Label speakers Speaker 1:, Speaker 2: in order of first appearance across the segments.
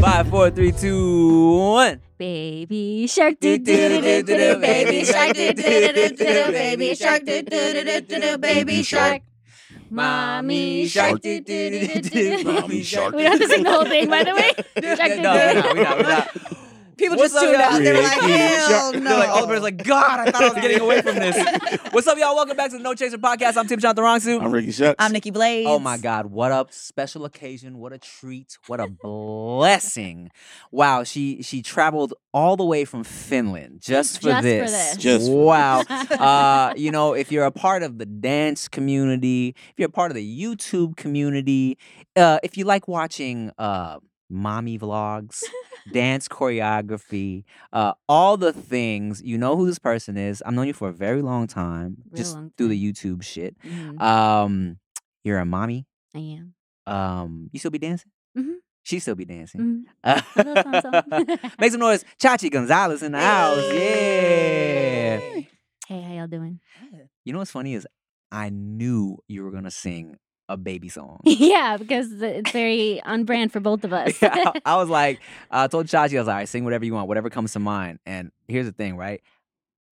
Speaker 1: Five, four, three, two, one.
Speaker 2: Baby shark do do do do do do baby shark do do do do do do baby shark do do do do do do baby shark. Mommy shark do do do do do.
Speaker 1: Mommy shark.
Speaker 2: We don't have to sing the whole thing, by the way.
Speaker 1: no,
Speaker 2: Shark
Speaker 1: no, no, we're not, we're not.
Speaker 3: People
Speaker 1: What's
Speaker 3: just
Speaker 1: up,
Speaker 3: tuned
Speaker 1: y'all?
Speaker 3: out. They were like,
Speaker 1: Ricky
Speaker 3: hell
Speaker 1: They're
Speaker 3: no.
Speaker 1: like, all the person's like, God, I thought I was getting away from this. What's up, y'all? Welcome back to the No Chaser podcast. I'm Tim John Tharongsu.
Speaker 4: I'm Ricky Shucks.
Speaker 3: I'm Nikki Blades.
Speaker 1: Oh my God, what a special occasion, what a treat, what a blessing. Wow, she she traveled all the way from Finland just for
Speaker 2: Just for
Speaker 1: this.
Speaker 2: this.
Speaker 4: Just for
Speaker 1: wow.
Speaker 2: Mm,
Speaker 1: uh, you know, if you're a part of the dance community, if you're a part of the YouTube community, uh, if you like watching uh, mommy vlogs, dance choreography, uh, all the things, you know who this person is. I've known you for a very long time,
Speaker 2: Real
Speaker 1: just
Speaker 2: long
Speaker 1: through the YouTube shit.
Speaker 2: Mhm,
Speaker 1: Um, you're a mommy.
Speaker 2: I am.
Speaker 1: Um, you still be dancing?
Speaker 2: Mhm.
Speaker 1: She still be dancing.
Speaker 2: Mhm. I love salsa.
Speaker 1: Make some noise, Chachi Gonzalez in the house. Yeah.
Speaker 3: Hey.
Speaker 2: Hey, how y'all doing?
Speaker 1: You know what's funny is I knew you were gonna sing a baby song.
Speaker 2: Yeah, because the- it's very on brand for both of us.
Speaker 1: I, I was like, I told Chachi, I was like, all right, sing whatever you want, whatever comes to mind. And here's the thing, right?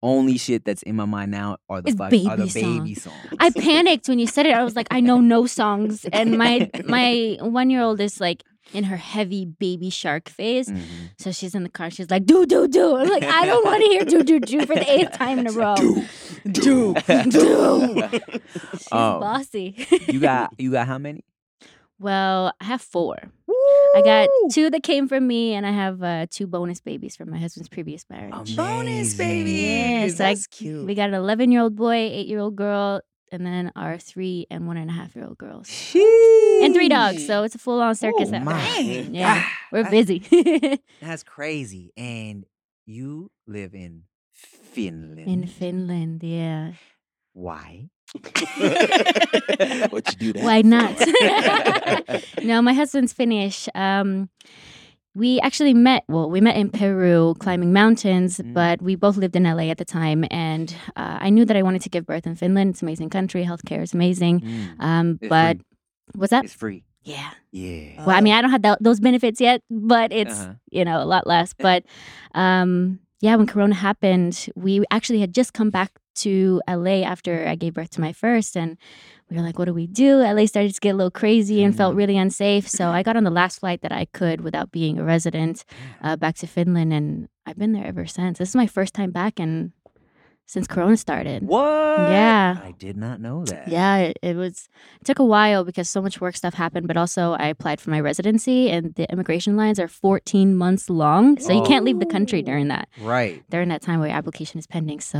Speaker 1: Only shit that's in my mind now are the
Speaker 2: It's
Speaker 1: fuck, are the
Speaker 2: baby song.
Speaker 1: baby songs.
Speaker 2: I panicked when you said it. I was like, I know no songs, and my my one year old is like in her heavy baby shark phase.
Speaker 1: Mhm.
Speaker 2: So she's in the car. She's like, do do do. I'm like, I don't want to hear do do do for the eighth time in a row.
Speaker 4: Do, do, do.
Speaker 2: She's
Speaker 1: Um,
Speaker 2: bossy.
Speaker 1: you got you got how many?
Speaker 2: well, I have four. I got two that came from me, and I have uh, two bonus babies from my husband's previous marriage.
Speaker 3: Oh, Bonus
Speaker 1: Amazing.
Speaker 3: baby.
Speaker 2: Yeah, so I-
Speaker 3: That's cute.
Speaker 2: We got an 11 year old boy, eight year old girl, and then our three and one and a half year old girls. And three dogs. So it's a full on circus
Speaker 1: Oh
Speaker 2: out
Speaker 1: my
Speaker 2: there.
Speaker 3: Dang.
Speaker 2: Yeah,
Speaker 1: God.
Speaker 2: we're
Speaker 1: That-
Speaker 2: busy.
Speaker 1: That's crazy. And you live in Finland.
Speaker 2: In Finland, yeah.
Speaker 1: Why?
Speaker 4: what you do that?
Speaker 2: Why not?
Speaker 4: for?
Speaker 2: no, my husband's Finnish. Um, we actually met, well, we met in Peru climbing mountains,
Speaker 1: Mm.
Speaker 2: but we both lived in LA at the time. And uh, I knew that I wanted to give birth in Finland. It's an amazing country, healthcare is amazing.
Speaker 1: Mm,
Speaker 2: Um,
Speaker 1: It's
Speaker 2: but what's that?
Speaker 1: it's free.
Speaker 2: Yeah.
Speaker 1: Yeah.
Speaker 2: Well, I mean, I don't have tho- those benefits yet, but it's,
Speaker 1: Uh-huh.
Speaker 2: you know, a lot less. But um, yeah, when Corona happened, we actually had just come back to LA after I gave birth to my first. And we were like, what do we do? LA started to get a little crazy and felt
Speaker 1: Mm.
Speaker 2: really unsafe. So I got on the last flight that I could without being a resident uh, back to Finland. And I've been there ever since. This is my first time back and since Corona started.
Speaker 1: What?
Speaker 2: Yeah.
Speaker 1: I did not know that.
Speaker 2: Yeah, it, it was it took a while because so much work stuff happened, but also I applied for my residency and the immigration lines are 14 months long, so you can't leave the country
Speaker 3: Oh.
Speaker 2: during that
Speaker 1: Right.
Speaker 2: during that time where your application is pending. So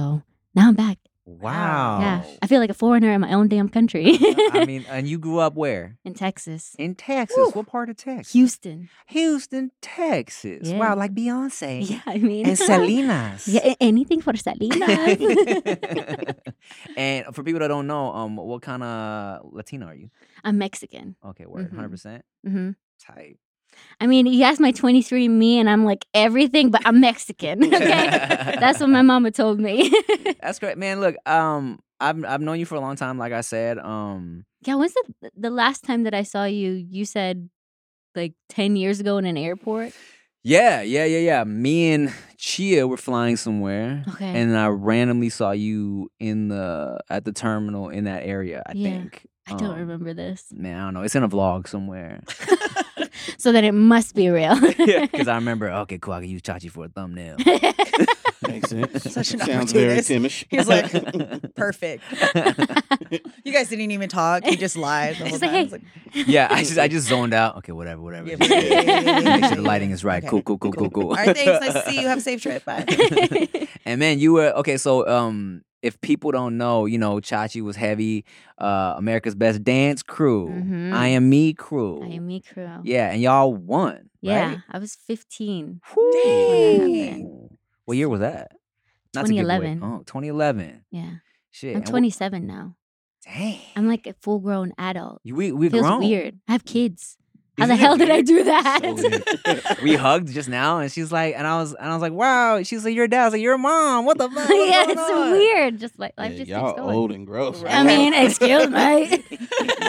Speaker 2: now I'm back.
Speaker 1: Wow.
Speaker 2: Yeah, I feel like a foreigner in my own damn country
Speaker 1: I mean, and you grew up where?
Speaker 2: in Texas,
Speaker 1: In Texas.
Speaker 2: Woo.
Speaker 1: What part of Texas?
Speaker 2: Houston.
Speaker 1: Houston, Texas.
Speaker 2: Yeah.
Speaker 1: Wow, like Beyonce.
Speaker 2: Yeah, I mean,
Speaker 1: And Eh, Salinas.
Speaker 2: yeah, a- anything for Salinas.
Speaker 1: and for people that don't know, um, what kind of Latina are you?
Speaker 2: I'm Mexican.
Speaker 1: Okay, word,
Speaker 2: Mhm.
Speaker 1: 100 percent
Speaker 2: hmm
Speaker 1: type.
Speaker 2: I mean, you asked my 23 me, and I'm like everything, but I'm Mexican. Okay, that's what my mama told me.
Speaker 1: That's great, man. Look, um, I've I've known you for a long time. Like I said, um,
Speaker 2: Yeah, when's the the last time that I saw you? You said like ten years ago in an airport.
Speaker 1: yeah, yeah, yeah, yeah. Me and Chia were flying somewhere,
Speaker 2: Okay.
Speaker 1: and I randomly saw you in the at the terminal in that area. I
Speaker 2: Yeah.
Speaker 1: think
Speaker 2: I don't
Speaker 1: Um,
Speaker 2: remember this.
Speaker 1: Man, I don't know. It's in a vlog somewhere.
Speaker 2: So then it must be real.
Speaker 1: yeah, because I remember. Okay, cool. I can use Chachi for a thumbnail.
Speaker 4: Makes sense.
Speaker 3: Such an
Speaker 4: Sounds very
Speaker 3: opportunist.
Speaker 4: Timish.
Speaker 3: He's like, Perfect. You guys didn't even talk. You just lied. The whole
Speaker 2: Just
Speaker 3: time.
Speaker 2: like, hey.
Speaker 3: It's like,
Speaker 1: yeah, I just I just zoned out. Okay, whatever, whatever.
Speaker 3: Yeah,
Speaker 1: Yeah,
Speaker 3: yeah, yeah, yeah, yeah,
Speaker 1: Make sure
Speaker 3: yeah,
Speaker 1: the lighting
Speaker 3: yeah.
Speaker 1: is right.
Speaker 3: Okay.
Speaker 1: Cool, cool, cool, cool, cool.
Speaker 3: All right, thanks. Nice to see you. Have a safe trip. Bye.
Speaker 1: And man, you were okay. So, um, if people don't know, you know, Chachi was heavy. Uh, America's Best Dance Crew,
Speaker 2: Mhm.
Speaker 1: I Am Me Crew,
Speaker 2: I am me crew.
Speaker 1: yeah, and y'all won.
Speaker 2: Yeah,
Speaker 1: right?
Speaker 2: I was fifteen.
Speaker 1: Whoo. What year was that? Not to give away-
Speaker 2: 2011.
Speaker 1: Oh, 2011.
Speaker 2: Yeah,
Speaker 1: Shit.
Speaker 2: I'm
Speaker 1: and wh-
Speaker 2: 27 now.
Speaker 1: Dang.
Speaker 2: I'm like a full grown adult.
Speaker 1: You- we we
Speaker 2: Feels
Speaker 1: grown.
Speaker 2: weird. I have kids. How the
Speaker 1: Isn't it
Speaker 2: hell did I
Speaker 1: weird?
Speaker 2: do that?
Speaker 1: we hugged just now, and she's like, and I was, and I was like, wow. She's like, your dad. I was like, your mom. What the fuck? What's
Speaker 2: yeah,
Speaker 1: going
Speaker 2: it's
Speaker 1: on?"
Speaker 2: weird. Just like life
Speaker 4: Yeah,
Speaker 2: just keeps
Speaker 4: y'all
Speaker 2: going.
Speaker 4: old and gross.
Speaker 2: I mean, excuse me.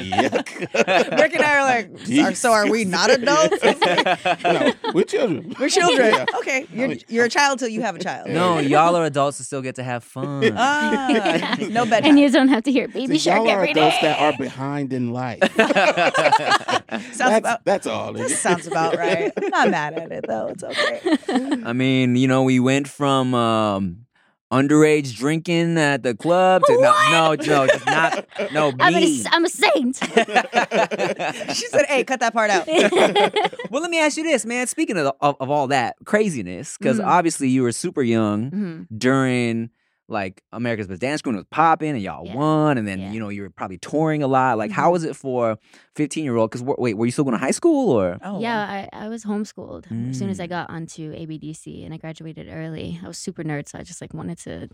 Speaker 4: Yuck.
Speaker 3: Rick and I are like, "So- so are we not adults? It's like,
Speaker 4: no, we're children.
Speaker 3: We're children.
Speaker 4: Yeah.
Speaker 3: Okay, you're
Speaker 4: mean-
Speaker 3: you're a child till you have a child.
Speaker 1: No, y'all are adults and still get to have fun.
Speaker 3: Ah, no bedtime.
Speaker 2: and you don't have to hear baby
Speaker 4: See,
Speaker 2: shark
Speaker 4: y'all are
Speaker 2: every
Speaker 4: adults
Speaker 2: day.
Speaker 4: that are behind in life.
Speaker 3: sounds
Speaker 4: that's,
Speaker 3: about
Speaker 4: that's all.
Speaker 3: that
Speaker 4: it is.
Speaker 3: sounds about right. I'm not mad at it though. It's okay.
Speaker 1: I mean, you know, we went from um, underage drinking at the club to no, no, no, just not, no,
Speaker 2: I'm, a,
Speaker 1: me.
Speaker 2: s- I'm a saint.
Speaker 3: She said, "Hey, cut that part out."
Speaker 1: well, let me ask you this, man. Speaking of, of, of all that craziness, because
Speaker 2: Mhm.
Speaker 1: obviously you were super young
Speaker 2: Mhm.
Speaker 1: during like America's Best Dance Crew and it was popping and y'all
Speaker 2: Yeah.
Speaker 1: won, and then
Speaker 2: Yeah.
Speaker 1: you know you were probably touring a lot. Like, how
Speaker 2: Mhm.
Speaker 1: was it for fifteen year old? Because wait, were you still going to high school or?
Speaker 3: Oh,
Speaker 2: Yeah, I, I was homeschooled as soon as I
Speaker 1: Mm.
Speaker 2: got onto ABDC and I graduated early. I was super nerd, so I just like wanted to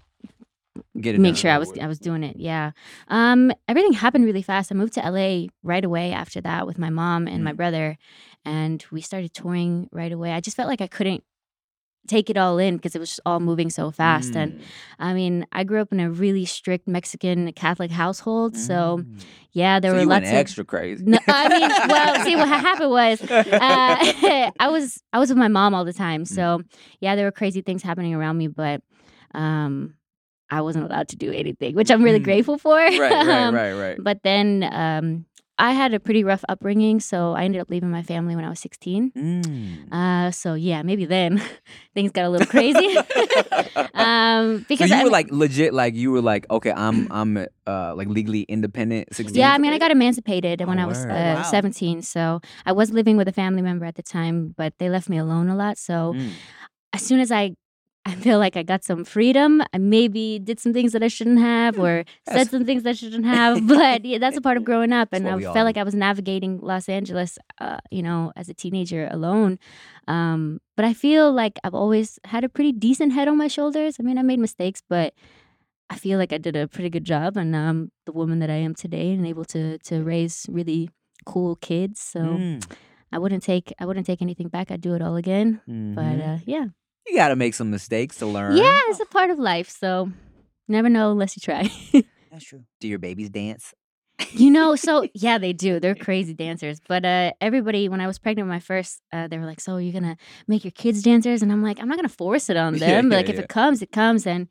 Speaker 1: Get it
Speaker 2: make
Speaker 1: done.
Speaker 2: sure I
Speaker 4: That
Speaker 2: was
Speaker 4: works.
Speaker 2: I was doing it. Yeah. Um, everything happened really fast. I moved to LA right away after that with my mom and my brother, and we started touring right away. I just felt like I couldn't take it all in because it was just all moving so fast. And
Speaker 1: Mm.
Speaker 2: I mean, I grew up in a really strict Mexican Catholic household, so
Speaker 1: Mm.
Speaker 2: yeah, there
Speaker 1: So
Speaker 2: were
Speaker 1: you
Speaker 2: lots
Speaker 1: went
Speaker 2: of
Speaker 1: extra crazy.
Speaker 2: no, I mean, well, see what happened was uh, I was I was with my mom all the time, so
Speaker 1: Mm-hmm.
Speaker 2: yeah, there were crazy things happening around me, but um, I wasn't allowed to do anything, which I'm really
Speaker 1: Mm.
Speaker 2: grateful for.
Speaker 1: right, right,
Speaker 2: Um,
Speaker 1: right, right.
Speaker 2: But then um, I had a pretty rough upbringing, so I ended up leaving my family when I was 16.
Speaker 1: Mm.
Speaker 2: Uh, so yeah, maybe then things got a little crazy. um,
Speaker 1: so
Speaker 2: Uh, because
Speaker 1: you
Speaker 2: I
Speaker 1: were like legit, like you were like, okay, I'm I'm uh like legally independent. Sixteen.
Speaker 2: Yeah, I mean, I got emancipated when
Speaker 1: Oh,
Speaker 2: I was uh,
Speaker 1: word.
Speaker 3: Wow.
Speaker 2: 17. So I was living with a family member at the time, but they left me alone a lot. So
Speaker 1: Mm.
Speaker 2: as soon as I, I feel like I got some freedom, I maybe did some things that I shouldn't have or said
Speaker 1: That's-
Speaker 2: some things I shouldn't have. But yeah, that's a part of growing up.
Speaker 1: That's
Speaker 2: And
Speaker 1: what
Speaker 2: I
Speaker 1: we all
Speaker 2: felt
Speaker 1: do.
Speaker 2: like I was navigating Los Angeles, uh, you know, as a teenager alone. Um, but I feel like I've always had a pretty decent head on my shoulders. I mean, I made mistakes, but I feel like I did a pretty good job, and I'm the woman that I am today, and able to to raise really cool kids. So
Speaker 1: Mm.
Speaker 2: I wouldn't take I wouldn't take anything back. I'd do it all again. But
Speaker 1: Mhm.
Speaker 2: uh, yeah,
Speaker 1: you got to make some mistakes to learn.
Speaker 2: yeah, it's a part of life. So never know unless you try.
Speaker 3: that's true.
Speaker 1: Do your babies dance?
Speaker 2: you know, so yeah, they do. They're crazy dancers. But uh, everybody, when I was pregnant with my first, uh, they were like, "So you're gonna make your kids dancers?" And I'm like, "I'm not gonna force it on
Speaker 1: Yeah,
Speaker 2: them. but,
Speaker 1: yeah,
Speaker 2: like if
Speaker 1: yeah.
Speaker 2: it comes, it comes." And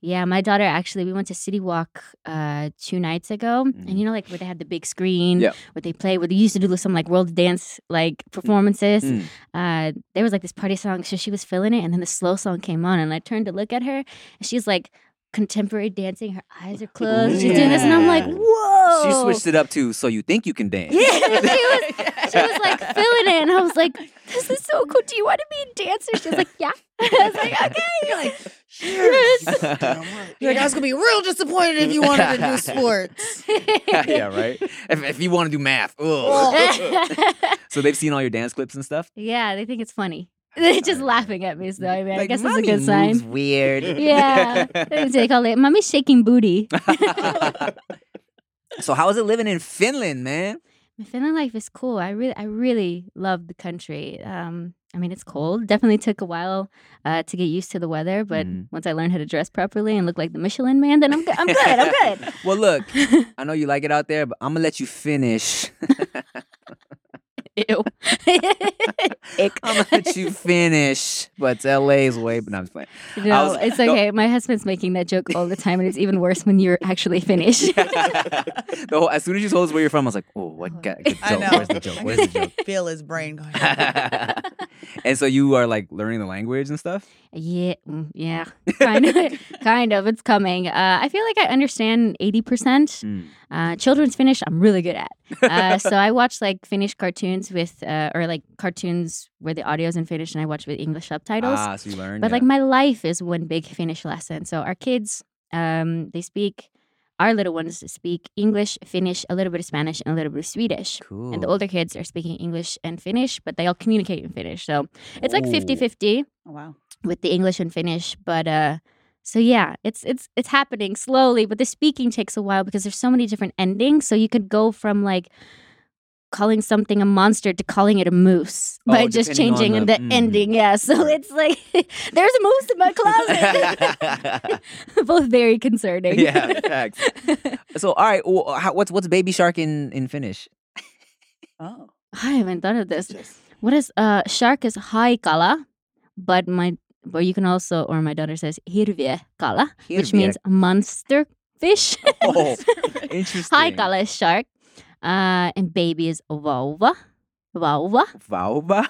Speaker 2: yeah, my daughter actually, we went to City Walk uh, two nights ago,
Speaker 1: Mhm.
Speaker 2: and you know, like where they had the big screen,
Speaker 1: Yeah.
Speaker 2: where they play, where they used to do some like world dance like performances.
Speaker 1: Mm.
Speaker 2: Uh, there was like this party song, so she was feeling it, and then the slow song came on, and I turned to look at her, and she's like. Contemporary dancing, her eyes are closed. She's doing this, and I'm like,
Speaker 4: Yeah.
Speaker 2: "Whoa!"
Speaker 1: She switched it up too. So you think you can dance?
Speaker 2: Yeah, she was she was like feeling it, and I was like, "This is so cool. Do you want to be a dancer?" She was like, "Yeah." I was like, "Okay."
Speaker 3: You're like,
Speaker 2: Yes.
Speaker 4: Damn right.
Speaker 3: you're like, I was gonna be real disappointed if you wanted to do sports.
Speaker 1: yeah, right. If, if you want to do math, ugh. so they've seen all your dance clips and stuff.
Speaker 2: yeah, they think it's funny. They're just laughing at me, so I mean, I
Speaker 1: Like,
Speaker 2: guess that's a
Speaker 1: "Mommy
Speaker 2: good
Speaker 1: moves
Speaker 2: sign.
Speaker 1: Weird.
Speaker 2: Yeah, they call it "Mommy's shaking booty."
Speaker 1: so how is it living in Finland, man?
Speaker 2: My Finland life is cool. I really, I really love the country. Um, I mean, it's cold. Definitely took a while uh, to get used to the weather, but
Speaker 1: Mhm.
Speaker 2: once I learned how to dress properly and look like the Michelin Man, then I'm good. I'm good. I'm good.
Speaker 1: Well, look, I know you like it out there, but I'm gonna let you finish.
Speaker 2: Ew. Ick.
Speaker 1: I'm gonna let you finish, but LA's way. But no, I'm just playing. I
Speaker 2: No,
Speaker 1: was-
Speaker 2: it's
Speaker 1: no.
Speaker 2: okay. My husband's making that joke all the time, and it's even worse when you're actually finished.
Speaker 1: the whole, as soon as you told us where you're from, I was like, oh, what guy? Good joke.
Speaker 3: I know.
Speaker 1: Where's the joke? Where's the joke?
Speaker 3: Feel his brain going. Oh,
Speaker 1: and so you are like learning the language and stuff.
Speaker 2: yeah, mm, yeah, kind of, kind of. It's coming. Uh, I feel like I understand eighty percent.
Speaker 1: Hmm.
Speaker 2: Uh, children's Finnish, I'm really good at. Uh, so I watch like Finnish cartoons with, uh, or like cartoons where the audio's in Finnish, and I watch with English subtitles.
Speaker 1: Ah, so you learned.
Speaker 2: But like my life is one big Finnish lesson. So our kids, um, they speak, our little ones speak English, Finnish, a little bit of Spanish, and a little bit of Swedish.
Speaker 1: cool.
Speaker 2: And the older kids are speaking English and Finnish, but they all communicate in Finnish. So it's like
Speaker 1: Ooh.
Speaker 2: 50 50
Speaker 3: Oh, wow.
Speaker 2: with the English and Finnish. But uh, so yeah, it's it's it's happening slowly, but the speaking takes a while because there's so many different endings. So you could go from like calling something a monster to calling it a moose
Speaker 1: Oh,
Speaker 2: by just
Speaker 1: depending on
Speaker 2: changing the,
Speaker 1: the- mm.
Speaker 2: ending. Yeah, so
Speaker 1: Right.
Speaker 2: it's like there's a moose in my closet. Both very concerning.
Speaker 1: yeah, facts. So, all right, well, uh, how, what's what's baby shark in in Finnish?
Speaker 3: Oh.
Speaker 2: I haven't thought of this.
Speaker 4: Just-
Speaker 2: What is uh shark is haikala, but my but you can also or my daughter says hirviö kala,
Speaker 1: Hirviö.
Speaker 2: which means monster fish.
Speaker 1: oh, interesting.
Speaker 2: haikala is shark, uh, and baby is vauva, vauva,
Speaker 1: Vauba,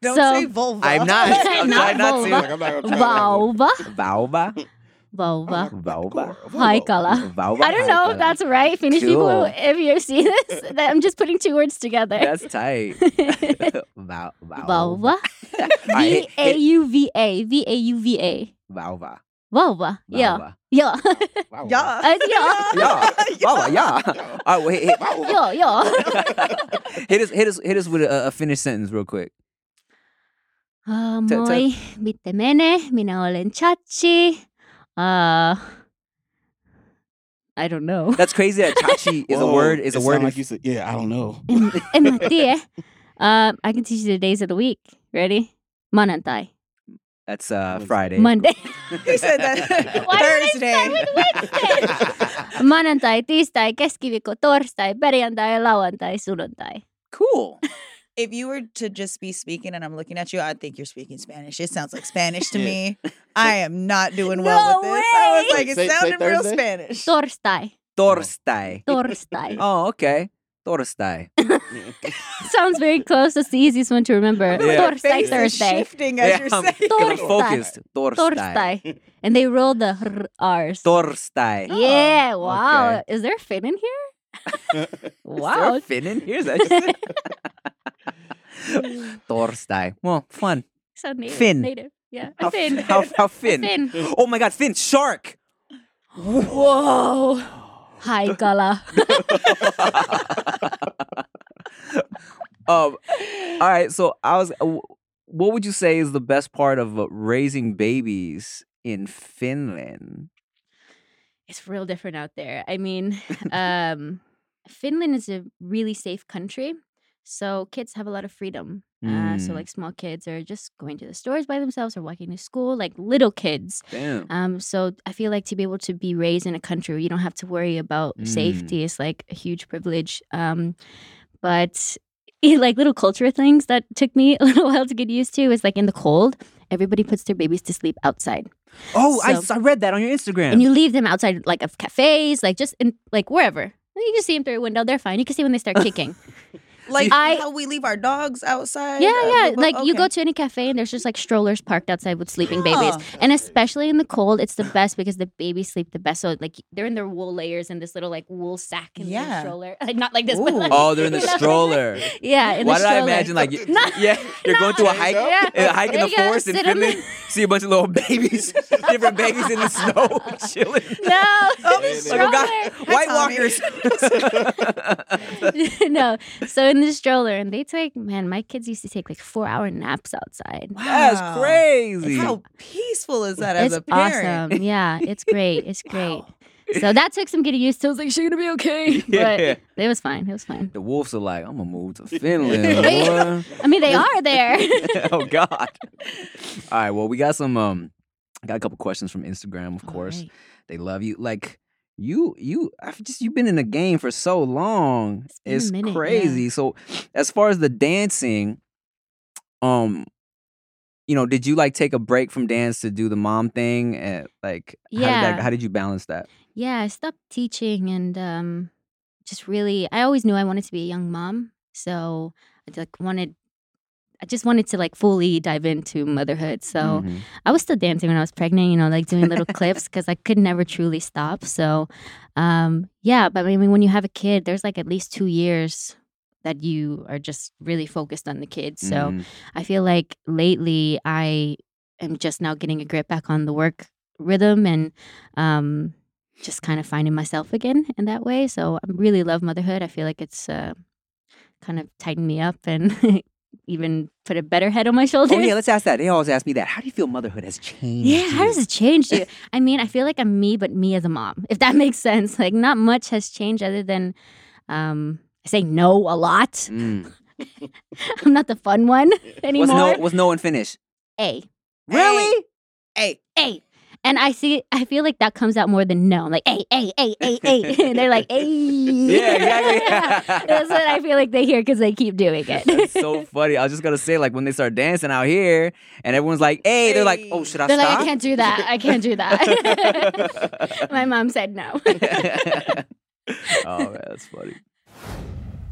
Speaker 3: Don't
Speaker 2: So-
Speaker 3: say vulva.
Speaker 1: I'm not. I'm
Speaker 2: Not
Speaker 1: trying not
Speaker 4: She's
Speaker 2: vulva.
Speaker 1: to.
Speaker 4: like, I'm not gonna try that
Speaker 2: vauva,
Speaker 1: Vauba,
Speaker 2: vauva.
Speaker 1: Vauba,
Speaker 2: Haikala.
Speaker 1: Vauba.
Speaker 2: I don't know if
Speaker 1: haikala.
Speaker 2: that's right. Finnish people,
Speaker 1: Cool.
Speaker 2: if you see this, that- I'm just putting two words together.
Speaker 1: That's tight. Vau- Vauva.
Speaker 2: Vauva. V A U V A. V A U V A.
Speaker 1: Vauva.
Speaker 2: Vauva. Yeah.
Speaker 1: Vauva.
Speaker 2: Yeah.
Speaker 4: one. Wow.
Speaker 3: Yeah.
Speaker 2: Uh, yeah.
Speaker 1: Yeah. Vauva, yeah. All right, wait, hit,
Speaker 4: Wow.
Speaker 2: Yeah. Yeah.
Speaker 1: hit us, hit us, hit us with a, a Finnish sentence real quick.
Speaker 2: Uh,
Speaker 1: Tö- tö-
Speaker 2: moi, mitte mene, minä olen Chachi. Uh, I don't know.
Speaker 1: That's crazy that chachi is a
Speaker 4: Whoa,
Speaker 1: word. Is
Speaker 4: it
Speaker 1: a word.
Speaker 4: sound
Speaker 1: in
Speaker 4: like you said, yeah, I don't know.
Speaker 2: En, en mä tiedä. Uh, I can teach you the days of the week. Ready? Manantai.
Speaker 1: That's uh, Friday.
Speaker 2: Monday.
Speaker 3: He said that
Speaker 2: Why would I
Speaker 3: Thursday.
Speaker 2: Maanantai, tiistai, keskiviikko, torstai, perjantai, lauantai, sunnuntai.
Speaker 1: Cool.
Speaker 3: If you were to just be speaking and I'm looking at you, I'd think you're speaking Spanish. It sounds like Spanish to
Speaker 4: Yeah.
Speaker 3: me. I am not doing well
Speaker 2: No
Speaker 3: with this. I was
Speaker 2: way.
Speaker 3: like, it
Speaker 4: Say- say
Speaker 3: sounded real
Speaker 4: Thursday?
Speaker 3: Spanish.
Speaker 2: Torstai.
Speaker 1: Torstai.
Speaker 2: Torstai.
Speaker 1: Oh, okay. Torstai.
Speaker 2: Sounds very close. That's the easiest one to remember.
Speaker 1: Yeah.
Speaker 3: Your
Speaker 2: Torstai,
Speaker 3: face is
Speaker 2: Thursday.
Speaker 3: shifting as you're
Speaker 1: I'm
Speaker 3: saying.
Speaker 1: gonna
Speaker 2: Torstai.
Speaker 1: focus. Torstai.
Speaker 2: Torstai. And they roll the r- R's. Mm,
Speaker 1: Torstai.
Speaker 3: Oh,
Speaker 2: Yeah, wow.
Speaker 1: okay.
Speaker 2: Is there a fin in here?
Speaker 1: Wow.
Speaker 2: Wow.
Speaker 1: Is there a fin in here? Is that Torstai. Well, fun.
Speaker 2: So native.
Speaker 1: Fin.
Speaker 2: Native. Yeah. A
Speaker 1: How
Speaker 2: fin.
Speaker 1: fin? How, how
Speaker 2: A
Speaker 1: fin? Oh my God, fin shark.
Speaker 2: Whoa. Hi, Gala.
Speaker 1: Um. All right. So I was. uh, w- What would you say is the best part of uh, raising babies in Finland?
Speaker 2: it's real different out there. I mean, um, Finland is a really safe country. So kids have a lot of freedom. Uh, so
Speaker 1: Mm.
Speaker 2: like small kids are just going to the stores by themselves or walking to school, like little kids.
Speaker 1: Damn.
Speaker 2: Um, so I feel like to be able to be raised in a country where you don't have to worry about
Speaker 1: Mm.
Speaker 2: safety is like a huge privilege. Um, but like little culture things that took me a little while to get used to is like in the cold, everybody puts their babies to sleep outside
Speaker 1: Oh, I
Speaker 2: So-
Speaker 1: s I I, read that on your Instagram.
Speaker 2: and you leave them outside like of cafes like just in like wherever you can see them through a window they're fine you can see when they start kicking
Speaker 3: Like
Speaker 2: I-
Speaker 3: how we leave our dogs outside.
Speaker 2: yeah
Speaker 3: uh,
Speaker 2: yeah
Speaker 3: but-
Speaker 2: like you go
Speaker 3: okay.
Speaker 2: to any cafe and there's just like strollers parked outside with sleeping babies
Speaker 3: Huh.
Speaker 2: and especially in the cold it's the best because the babies sleep the best so like they're in their wool layers in this little like wool sack and
Speaker 3: Yeah.
Speaker 2: stroller like not like this but
Speaker 3: Ooh.
Speaker 2: like,
Speaker 1: oh, they're in the
Speaker 2: you know?
Speaker 1: stroller.
Speaker 2: yeah in
Speaker 1: Why
Speaker 2: the
Speaker 1: did I
Speaker 2: stroller.
Speaker 1: imagine like you, yeah, you're going through a hike,
Speaker 2: Yeah.
Speaker 1: a hike in
Speaker 2: There
Speaker 1: the
Speaker 2: you go,
Speaker 1: forest in
Speaker 2: sit on the-
Speaker 1: Finland, see a bunch of little babies, different babies in the snow chilling.
Speaker 2: no
Speaker 3: Oh,
Speaker 1: Like, oh, God,
Speaker 2: stroller.
Speaker 1: White
Speaker 3: Tommy.
Speaker 1: Walkers.
Speaker 2: no so in the stroller and they take man my kids used to take like four hour naps outside
Speaker 3: Wow.
Speaker 1: That's crazy.
Speaker 3: How peaceful is that as
Speaker 2: it's
Speaker 3: a parent?
Speaker 2: awesome. Yeah, it's great. It's great.
Speaker 3: Wow.
Speaker 2: So that took some getting used to. I was like, she's gonna be okay. But
Speaker 1: Yeah.
Speaker 2: it was fine. It was fine.
Speaker 1: The wolves are like, I'm gonna move to Finland.
Speaker 2: Right?
Speaker 1: boy."
Speaker 2: I mean, they are there.
Speaker 1: oh God. All right. Well, we got some. Um, I got a couple questions from Instagram, of course.
Speaker 2: Alright.
Speaker 1: They love you. Like you, you. I've just you've been in the game for so long.
Speaker 2: It's been a
Speaker 1: It's,
Speaker 2: minute, yeah.
Speaker 1: crazy. So, as far as the dancing, um, you know, did you like take a break from dance to do the mom thing? And like, how did,
Speaker 2: Yeah.
Speaker 1: that, how did you balance that?
Speaker 2: Yeah, I stopped teaching and um, just really, I always knew I wanted to be a young mom. So I like wanted, I just wanted to like fully dive into motherhood. So.
Speaker 1: Mhm.
Speaker 2: I was still dancing when I was pregnant, you know, like doing little clips because I could never truly stop. So, um, yeah, but I mean, when you have a kid, there's like at least two years that you are just really focused on the kid. So
Speaker 1: Mhm.
Speaker 2: I feel like lately I am just now getting a grip back on the work rhythm and, um, just kind of finding myself again in that way. So I really love motherhood. I feel like it's uh, kind of tightened me up and even put a better head on my shoulders.
Speaker 1: Oh yeah, let's ask that. They always ask me that. How do you feel motherhood has changed?
Speaker 2: Yeah, how
Speaker 1: you?
Speaker 2: does it change you? I mean, I feel like I'm me, but me as a mom, if that makes sense. Like, not much has changed other than um, I say no a lot.
Speaker 1: Mm.
Speaker 2: I'm not the fun one
Speaker 1: Was
Speaker 2: anymore.
Speaker 1: no was no in Finnish?
Speaker 2: A.
Speaker 1: Really?
Speaker 3: Hey,
Speaker 2: A. And I see I feel like that comes out more than no. I'm like a a a a a and they're like a
Speaker 1: Yeah, exactly.
Speaker 2: That's what I feel like they hear because they keep doing it.
Speaker 1: That's so funny. I was just gonna say, like, when they start dancing out here, and everyone's like, "Hey," they're like, "Oh, should I
Speaker 2: They're like, I
Speaker 1: stop?"
Speaker 2: can't do that. I can't do that. My mom said no.
Speaker 1: oh man, that's funny.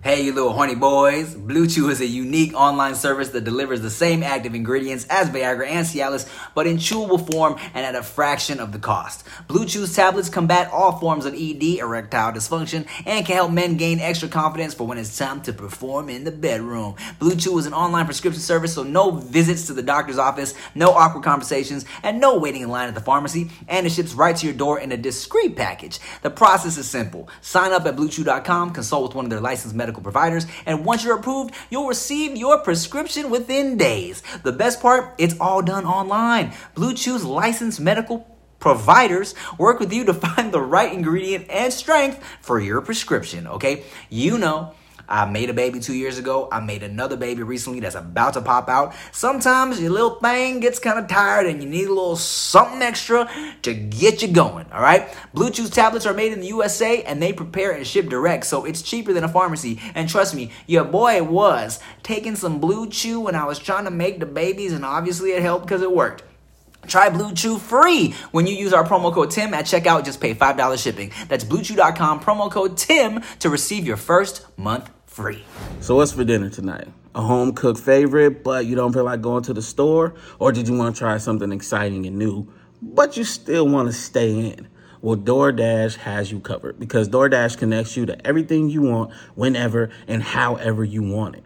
Speaker 1: Hey, you little horny boys. Blue Chew is a unique online service that delivers the same active ingredients as Viagra and Cialis, but in chewable form and at a fraction of the cost. Blue Chew's tablets combat all forms of ED, erectile dysfunction, and can help men gain extra confidence for when it's time to perform in the bedroom. Blue Chew is an online prescription service, so no visits to the doctor's office, no awkward conversations, and no waiting in line at the pharmacy, and it ships right to your door in a discreet package. The process is simple. Sign up at BlueChew.com, consult with one of their licensed medical providers, and once you're approved, you'll receive your prescription within days. The best part, it's all done online. Blue Chew's licensed medical providers work with you to find the right ingredient and strength for your prescription, okay? You know, I made a baby two years ago. I made another baby recently that's about to pop out. Sometimes your little thing gets kind of tired and you need a little something extra to get you going, all right? Blue Chew tablets are made in the USA and they prepare and ship direct, so it's cheaper than a pharmacy. And trust me, your boy was taking some Blue Chew when I was trying to make the babies, and obviously it helped because it worked. Try Blue Chew free when you use our promo code TIM at checkout. Just pay $5 shipping. That's bluechew.com, promo code TIM to receive your first month free.
Speaker 4: So what's for dinner tonight? A home cooked favorite, but you don't feel like going to the store? Or did you want to try something exciting and new, but you still want to stay in? Well, DoorDash has you covered because DoorDash connects you to everything you want, whenever and however you want it.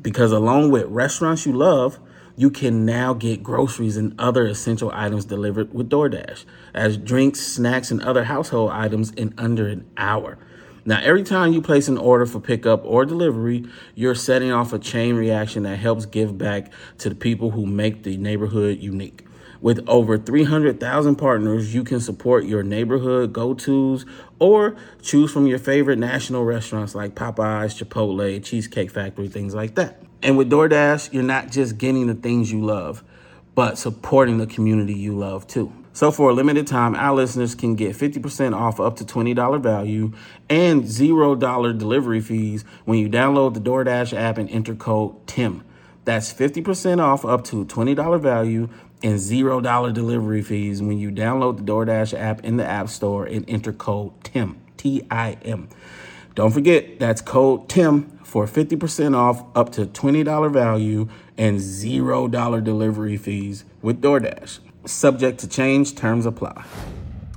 Speaker 4: Because along with restaurants you love, you can now get groceries and other essential items delivered with DoorDash, as drinks, snacks, and other household items in under an hour. Now, every time you place an order for pickup or delivery, you're setting off a chain reaction that helps give back to the people who make the neighborhood unique. With over 300,000 partners, you can support your neighborhood go tos or choose from your favorite national restaurants like Popeyes, Chipotle, Cheesecake Factory, things like that. And with DoorDash, you're not just getting the things you love, but supporting the community you love too. So for a limited time, our listeners can get 50% off up to $20 value and $0 delivery fees when you download the DoorDash app and enter code TIM. That's 50% off up to $20 value and $0 delivery fees when you download the DoorDash app in the App Store and enter code TIM, T I M. Don't forget, that's code TIM for 50% off up to $20 value and $0 delivery fees with DoorDash. Subject to change, terms apply.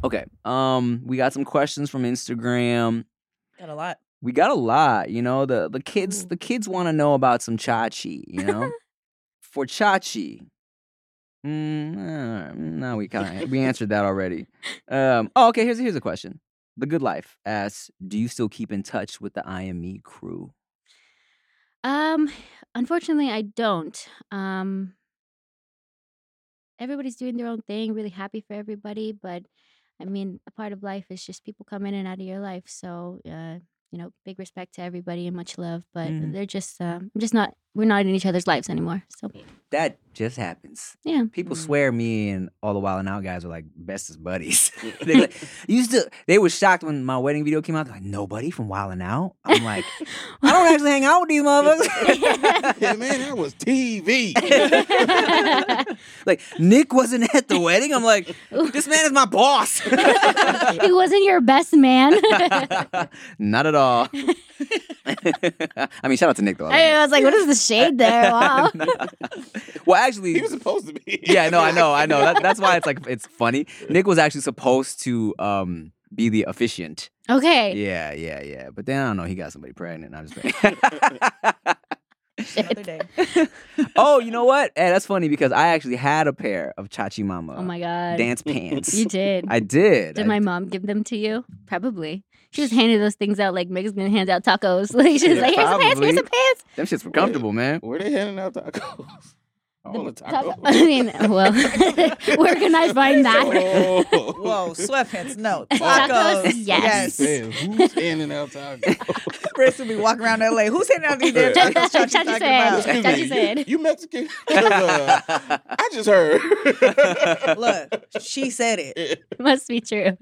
Speaker 1: Okay. Um, we got some questions from Instagram.
Speaker 3: got a lot.
Speaker 1: We got a lot, you know. The the kids
Speaker 2: Ooh.
Speaker 1: the kids want to know about some chachi, you know. For chachi. Mm, uh, no, we kind of we answered that already. Um, oh, okay. Here's here's a question. The Good Life asks, "Do you still keep in touch with the IME crew?"
Speaker 2: Um, unfortunately, I don't. Um, everybody's doing their own thing. Really happy for everybody, but I mean, a part of life is just people come in and out of your life. So, uh, you know, big respect to everybody and much love, but
Speaker 1: Mhm.
Speaker 2: they're just, uh, I'm just not. We're not in each other's lives anymore. So,
Speaker 1: That just happens.
Speaker 2: yeah.
Speaker 1: People
Speaker 4: Mm-hmm.
Speaker 3: Mm.
Speaker 1: swear me and all the Wild and Out guys are like bestest buddies. they like, "You used to. They were shocked when my wedding video came out. They're like nobody from Wild and Out. I'm like, I don't actually hang out with these
Speaker 4: Yeah,
Speaker 1: motherfuckers.
Speaker 4: man, that was TV.
Speaker 1: like Nick wasn't at the wedding. I'm like, this man is my boss.
Speaker 2: he wasn't your best man.
Speaker 1: Not at all. I mean, shout out to Nick though.
Speaker 2: I was like, what is the shade there? Wow.
Speaker 1: well, actually,
Speaker 4: he was supposed to be.
Speaker 1: yeah, no, I know, I know. That, that's why it's like it's funny. Nick was actually supposed to um be the officiant.
Speaker 2: Okay.
Speaker 1: Yeah, yeah, yeah. But then I don't know. He got somebody pregnant. I'm just like,
Speaker 3: Another day.
Speaker 1: oh, you know what? Eh, that's funny because I actually had a pair of Chachi Mama
Speaker 2: Oh my God.
Speaker 1: dance pants.
Speaker 2: You did.
Speaker 1: I did.
Speaker 2: Did
Speaker 1: I
Speaker 2: my mom give them to you? Probably. She was handing those things out like Mexican hands out tacos. Like she was
Speaker 1: Yeah,
Speaker 2: like, here's some pants, here's
Speaker 1: probably.
Speaker 2: some pants.
Speaker 1: Them shits were comfortable, man.
Speaker 4: Where they handing out tacos? I want a
Speaker 2: Taco-
Speaker 4: taco.
Speaker 2: I mean, well, where can I find that?
Speaker 4: Oh.
Speaker 3: Whoa, sweatpants. No.
Speaker 2: Tacos,
Speaker 3: Tacos.
Speaker 2: yes.
Speaker 4: Man, who's handing out tacos?
Speaker 3: Chris would be walking around LA. Who's handing out these damn
Speaker 4: Chachi
Speaker 3: tacos? Chachi
Speaker 2: said.
Speaker 3: talking about?
Speaker 4: Excuse
Speaker 2: Chachi
Speaker 4: me, you-
Speaker 2: said.
Speaker 4: You Mexican? 'Cause, uh, I just heard.
Speaker 3: Look, she said it.
Speaker 2: Must be true.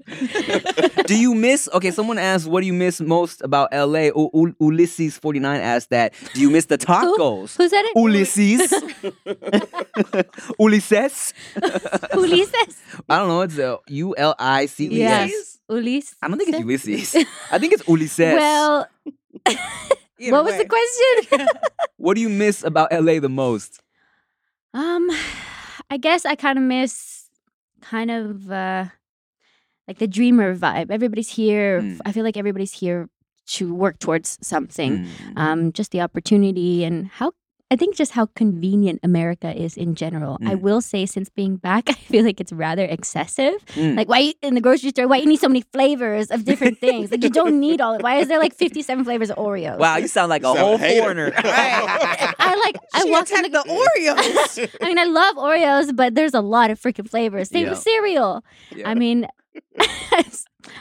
Speaker 1: do you miss? Okay, someone asked, "What do you miss most about LA?" U- U- Ulysses forty nine asked that. Do you miss the tacos?
Speaker 2: Who said it?
Speaker 1: Ulysses, Ulysses.
Speaker 2: Ulises.
Speaker 1: I don't know. It's uh, U L I C E
Speaker 2: Yes.
Speaker 1: S.
Speaker 2: Ulises.
Speaker 1: I don't think it's Ulysses. I think it's Ulysses.
Speaker 2: Well,
Speaker 3: Either
Speaker 2: what was the
Speaker 3: way.
Speaker 2: question?
Speaker 1: what do you miss about LA the most?
Speaker 2: Um, I guess I kind of miss kind of uh like the dreamer vibe. Everybody's here.
Speaker 1: Mm.
Speaker 2: I feel like everybody's here to work towards something.
Speaker 1: Hmm. Mm-hmm.
Speaker 2: Um, just the opportunity and how I think just how convenient America is in general. I
Speaker 1: Mm.
Speaker 2: will say since being back, I feel like it's rather excessive.
Speaker 1: Mm.
Speaker 2: Like why you- in the grocery store, why you need so many flavors of different things? Like you don't need all. Why is there like 57 flavors of Oreos?
Speaker 1: Wow, you sound like a
Speaker 4: Sound
Speaker 1: whole
Speaker 4: hater.
Speaker 1: foreigner.
Speaker 2: I like I
Speaker 3: She
Speaker 2: walked in
Speaker 3: attacked the Oreos.
Speaker 2: I mean, I love Oreos, but there's a lot of freaking flavors. Same
Speaker 1: Yeah.
Speaker 2: with cereal.
Speaker 1: Yeah.
Speaker 2: I mean,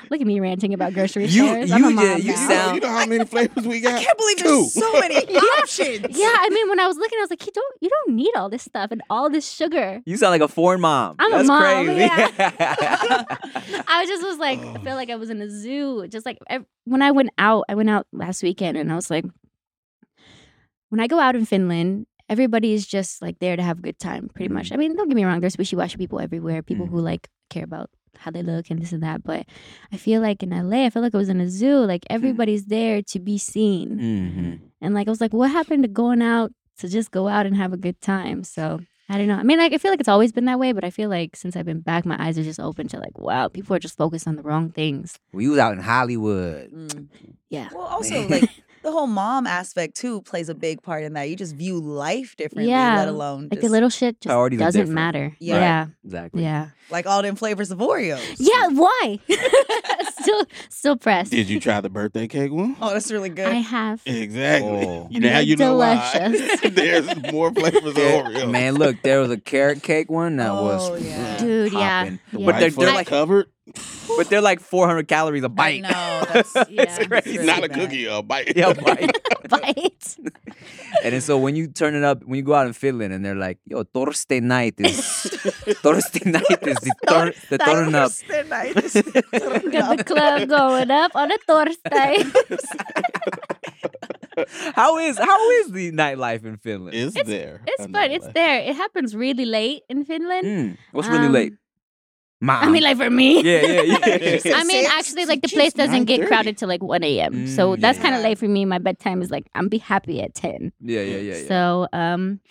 Speaker 2: look at me ranting about grocery
Speaker 1: You-
Speaker 2: stores. I'm
Speaker 1: you
Speaker 2: a mom
Speaker 1: ju- you
Speaker 2: now.
Speaker 4: You know,
Speaker 1: sound-
Speaker 4: you know how many flavors we
Speaker 3: I
Speaker 4: got?
Speaker 3: can't believe
Speaker 4: Two.
Speaker 3: there's so many options.
Speaker 2: Yeah, I mean, when I was looking, I was like, you don't, you don't need all this stuff and all this sugar.
Speaker 1: You sound like a foreign mom.
Speaker 2: I'm a
Speaker 1: That's
Speaker 2: mom,
Speaker 1: crazy.
Speaker 2: I just was like, I feel like I was in a zoo. Just like ev- when I went out, I went out last weekend, and I was like, when I go out in Finland, everybody is just like there to have a good time, pretty much. I mean, don't get me wrong, there's wishy washy people everywhere, people
Speaker 1: Mhm.
Speaker 2: who like care about how they look and this and that. But I feel like in LA, I feel like I was in a zoo. Like everybody's there to be seen,
Speaker 1: Mhm.
Speaker 2: and like I was like, what happened to going out to just go out and have a good time? So. I don't know. I mean, like, I feel like it's always been that way, but I feel like since I've been back, my eyes are just open to like, wow, people are just focused on the wrong things.
Speaker 1: We was out in Hollywood.
Speaker 2: Yeah.
Speaker 3: Mm. Well, also like the whole mom aspect too plays a big part in that. You just view life differently,
Speaker 2: Yeah,
Speaker 3: let alone
Speaker 2: Like
Speaker 3: just,
Speaker 2: the little shit just
Speaker 1: Priorities are
Speaker 2: doesn't
Speaker 1: different.
Speaker 2: matter.
Speaker 3: Yeah.
Speaker 2: Yeah.
Speaker 1: Exactly.
Speaker 2: Yeah.
Speaker 3: like all them flavors of Oreos.
Speaker 2: Yeah. Why? still, still pressed.
Speaker 4: Did you try the birthday cake one?
Speaker 3: Oh, that's really good.
Speaker 2: I have.
Speaker 4: Exactly.
Speaker 1: Oh.
Speaker 4: You know, now you know why.
Speaker 2: Delicious.
Speaker 4: There's more flavors of Oreo.
Speaker 1: Man, look, there was a carrot cake one that
Speaker 3: Oh,
Speaker 1: was
Speaker 3: yeah.
Speaker 2: Dude, yeah.
Speaker 1: popping.
Speaker 2: Yeah.
Speaker 1: But they're,
Speaker 4: White
Speaker 1: they're
Speaker 4: foot
Speaker 1: like
Speaker 4: covered.
Speaker 1: but they're like 400 calories a
Speaker 3: I
Speaker 1: bite.
Speaker 3: know, that's-
Speaker 2: yeah.
Speaker 1: it's crazy.
Speaker 3: really
Speaker 4: Not a
Speaker 3: bad.
Speaker 4: cookie, a bite.
Speaker 1: Yeah, a bite.
Speaker 2: Bite.
Speaker 1: and then so when you turn it up, when you go out in Finland and they're like, yo, Thursday night is Thursday night is the, tur- the turn up.
Speaker 3: Thursday night is the turn
Speaker 2: Got the
Speaker 3: up.
Speaker 2: club going up on a Thursday.
Speaker 1: How is how is the nightlife in Finland?
Speaker 4: It's, there.
Speaker 2: It's
Speaker 4: I know
Speaker 2: fun. It's
Speaker 4: why.
Speaker 2: there. It happens really late in Finland.
Speaker 1: Mm, what's really
Speaker 2: Um,
Speaker 1: late? Mom.
Speaker 2: I mean, like for me.
Speaker 1: yeah, yeah, yeah. yeah.
Speaker 4: Yeah.
Speaker 2: I mean,
Speaker 3: Six,
Speaker 2: actually, like the
Speaker 4: she's
Speaker 2: place doesn't get
Speaker 4: 9:30.
Speaker 2: crowded till like 1 a.m. so
Speaker 1: Mm,
Speaker 2: that's
Speaker 1: yeah.
Speaker 2: kind of late for me. My bedtime is like, I'm be happy at 10.
Speaker 1: Yeah, yeah, yeah, yeah.
Speaker 2: So, um,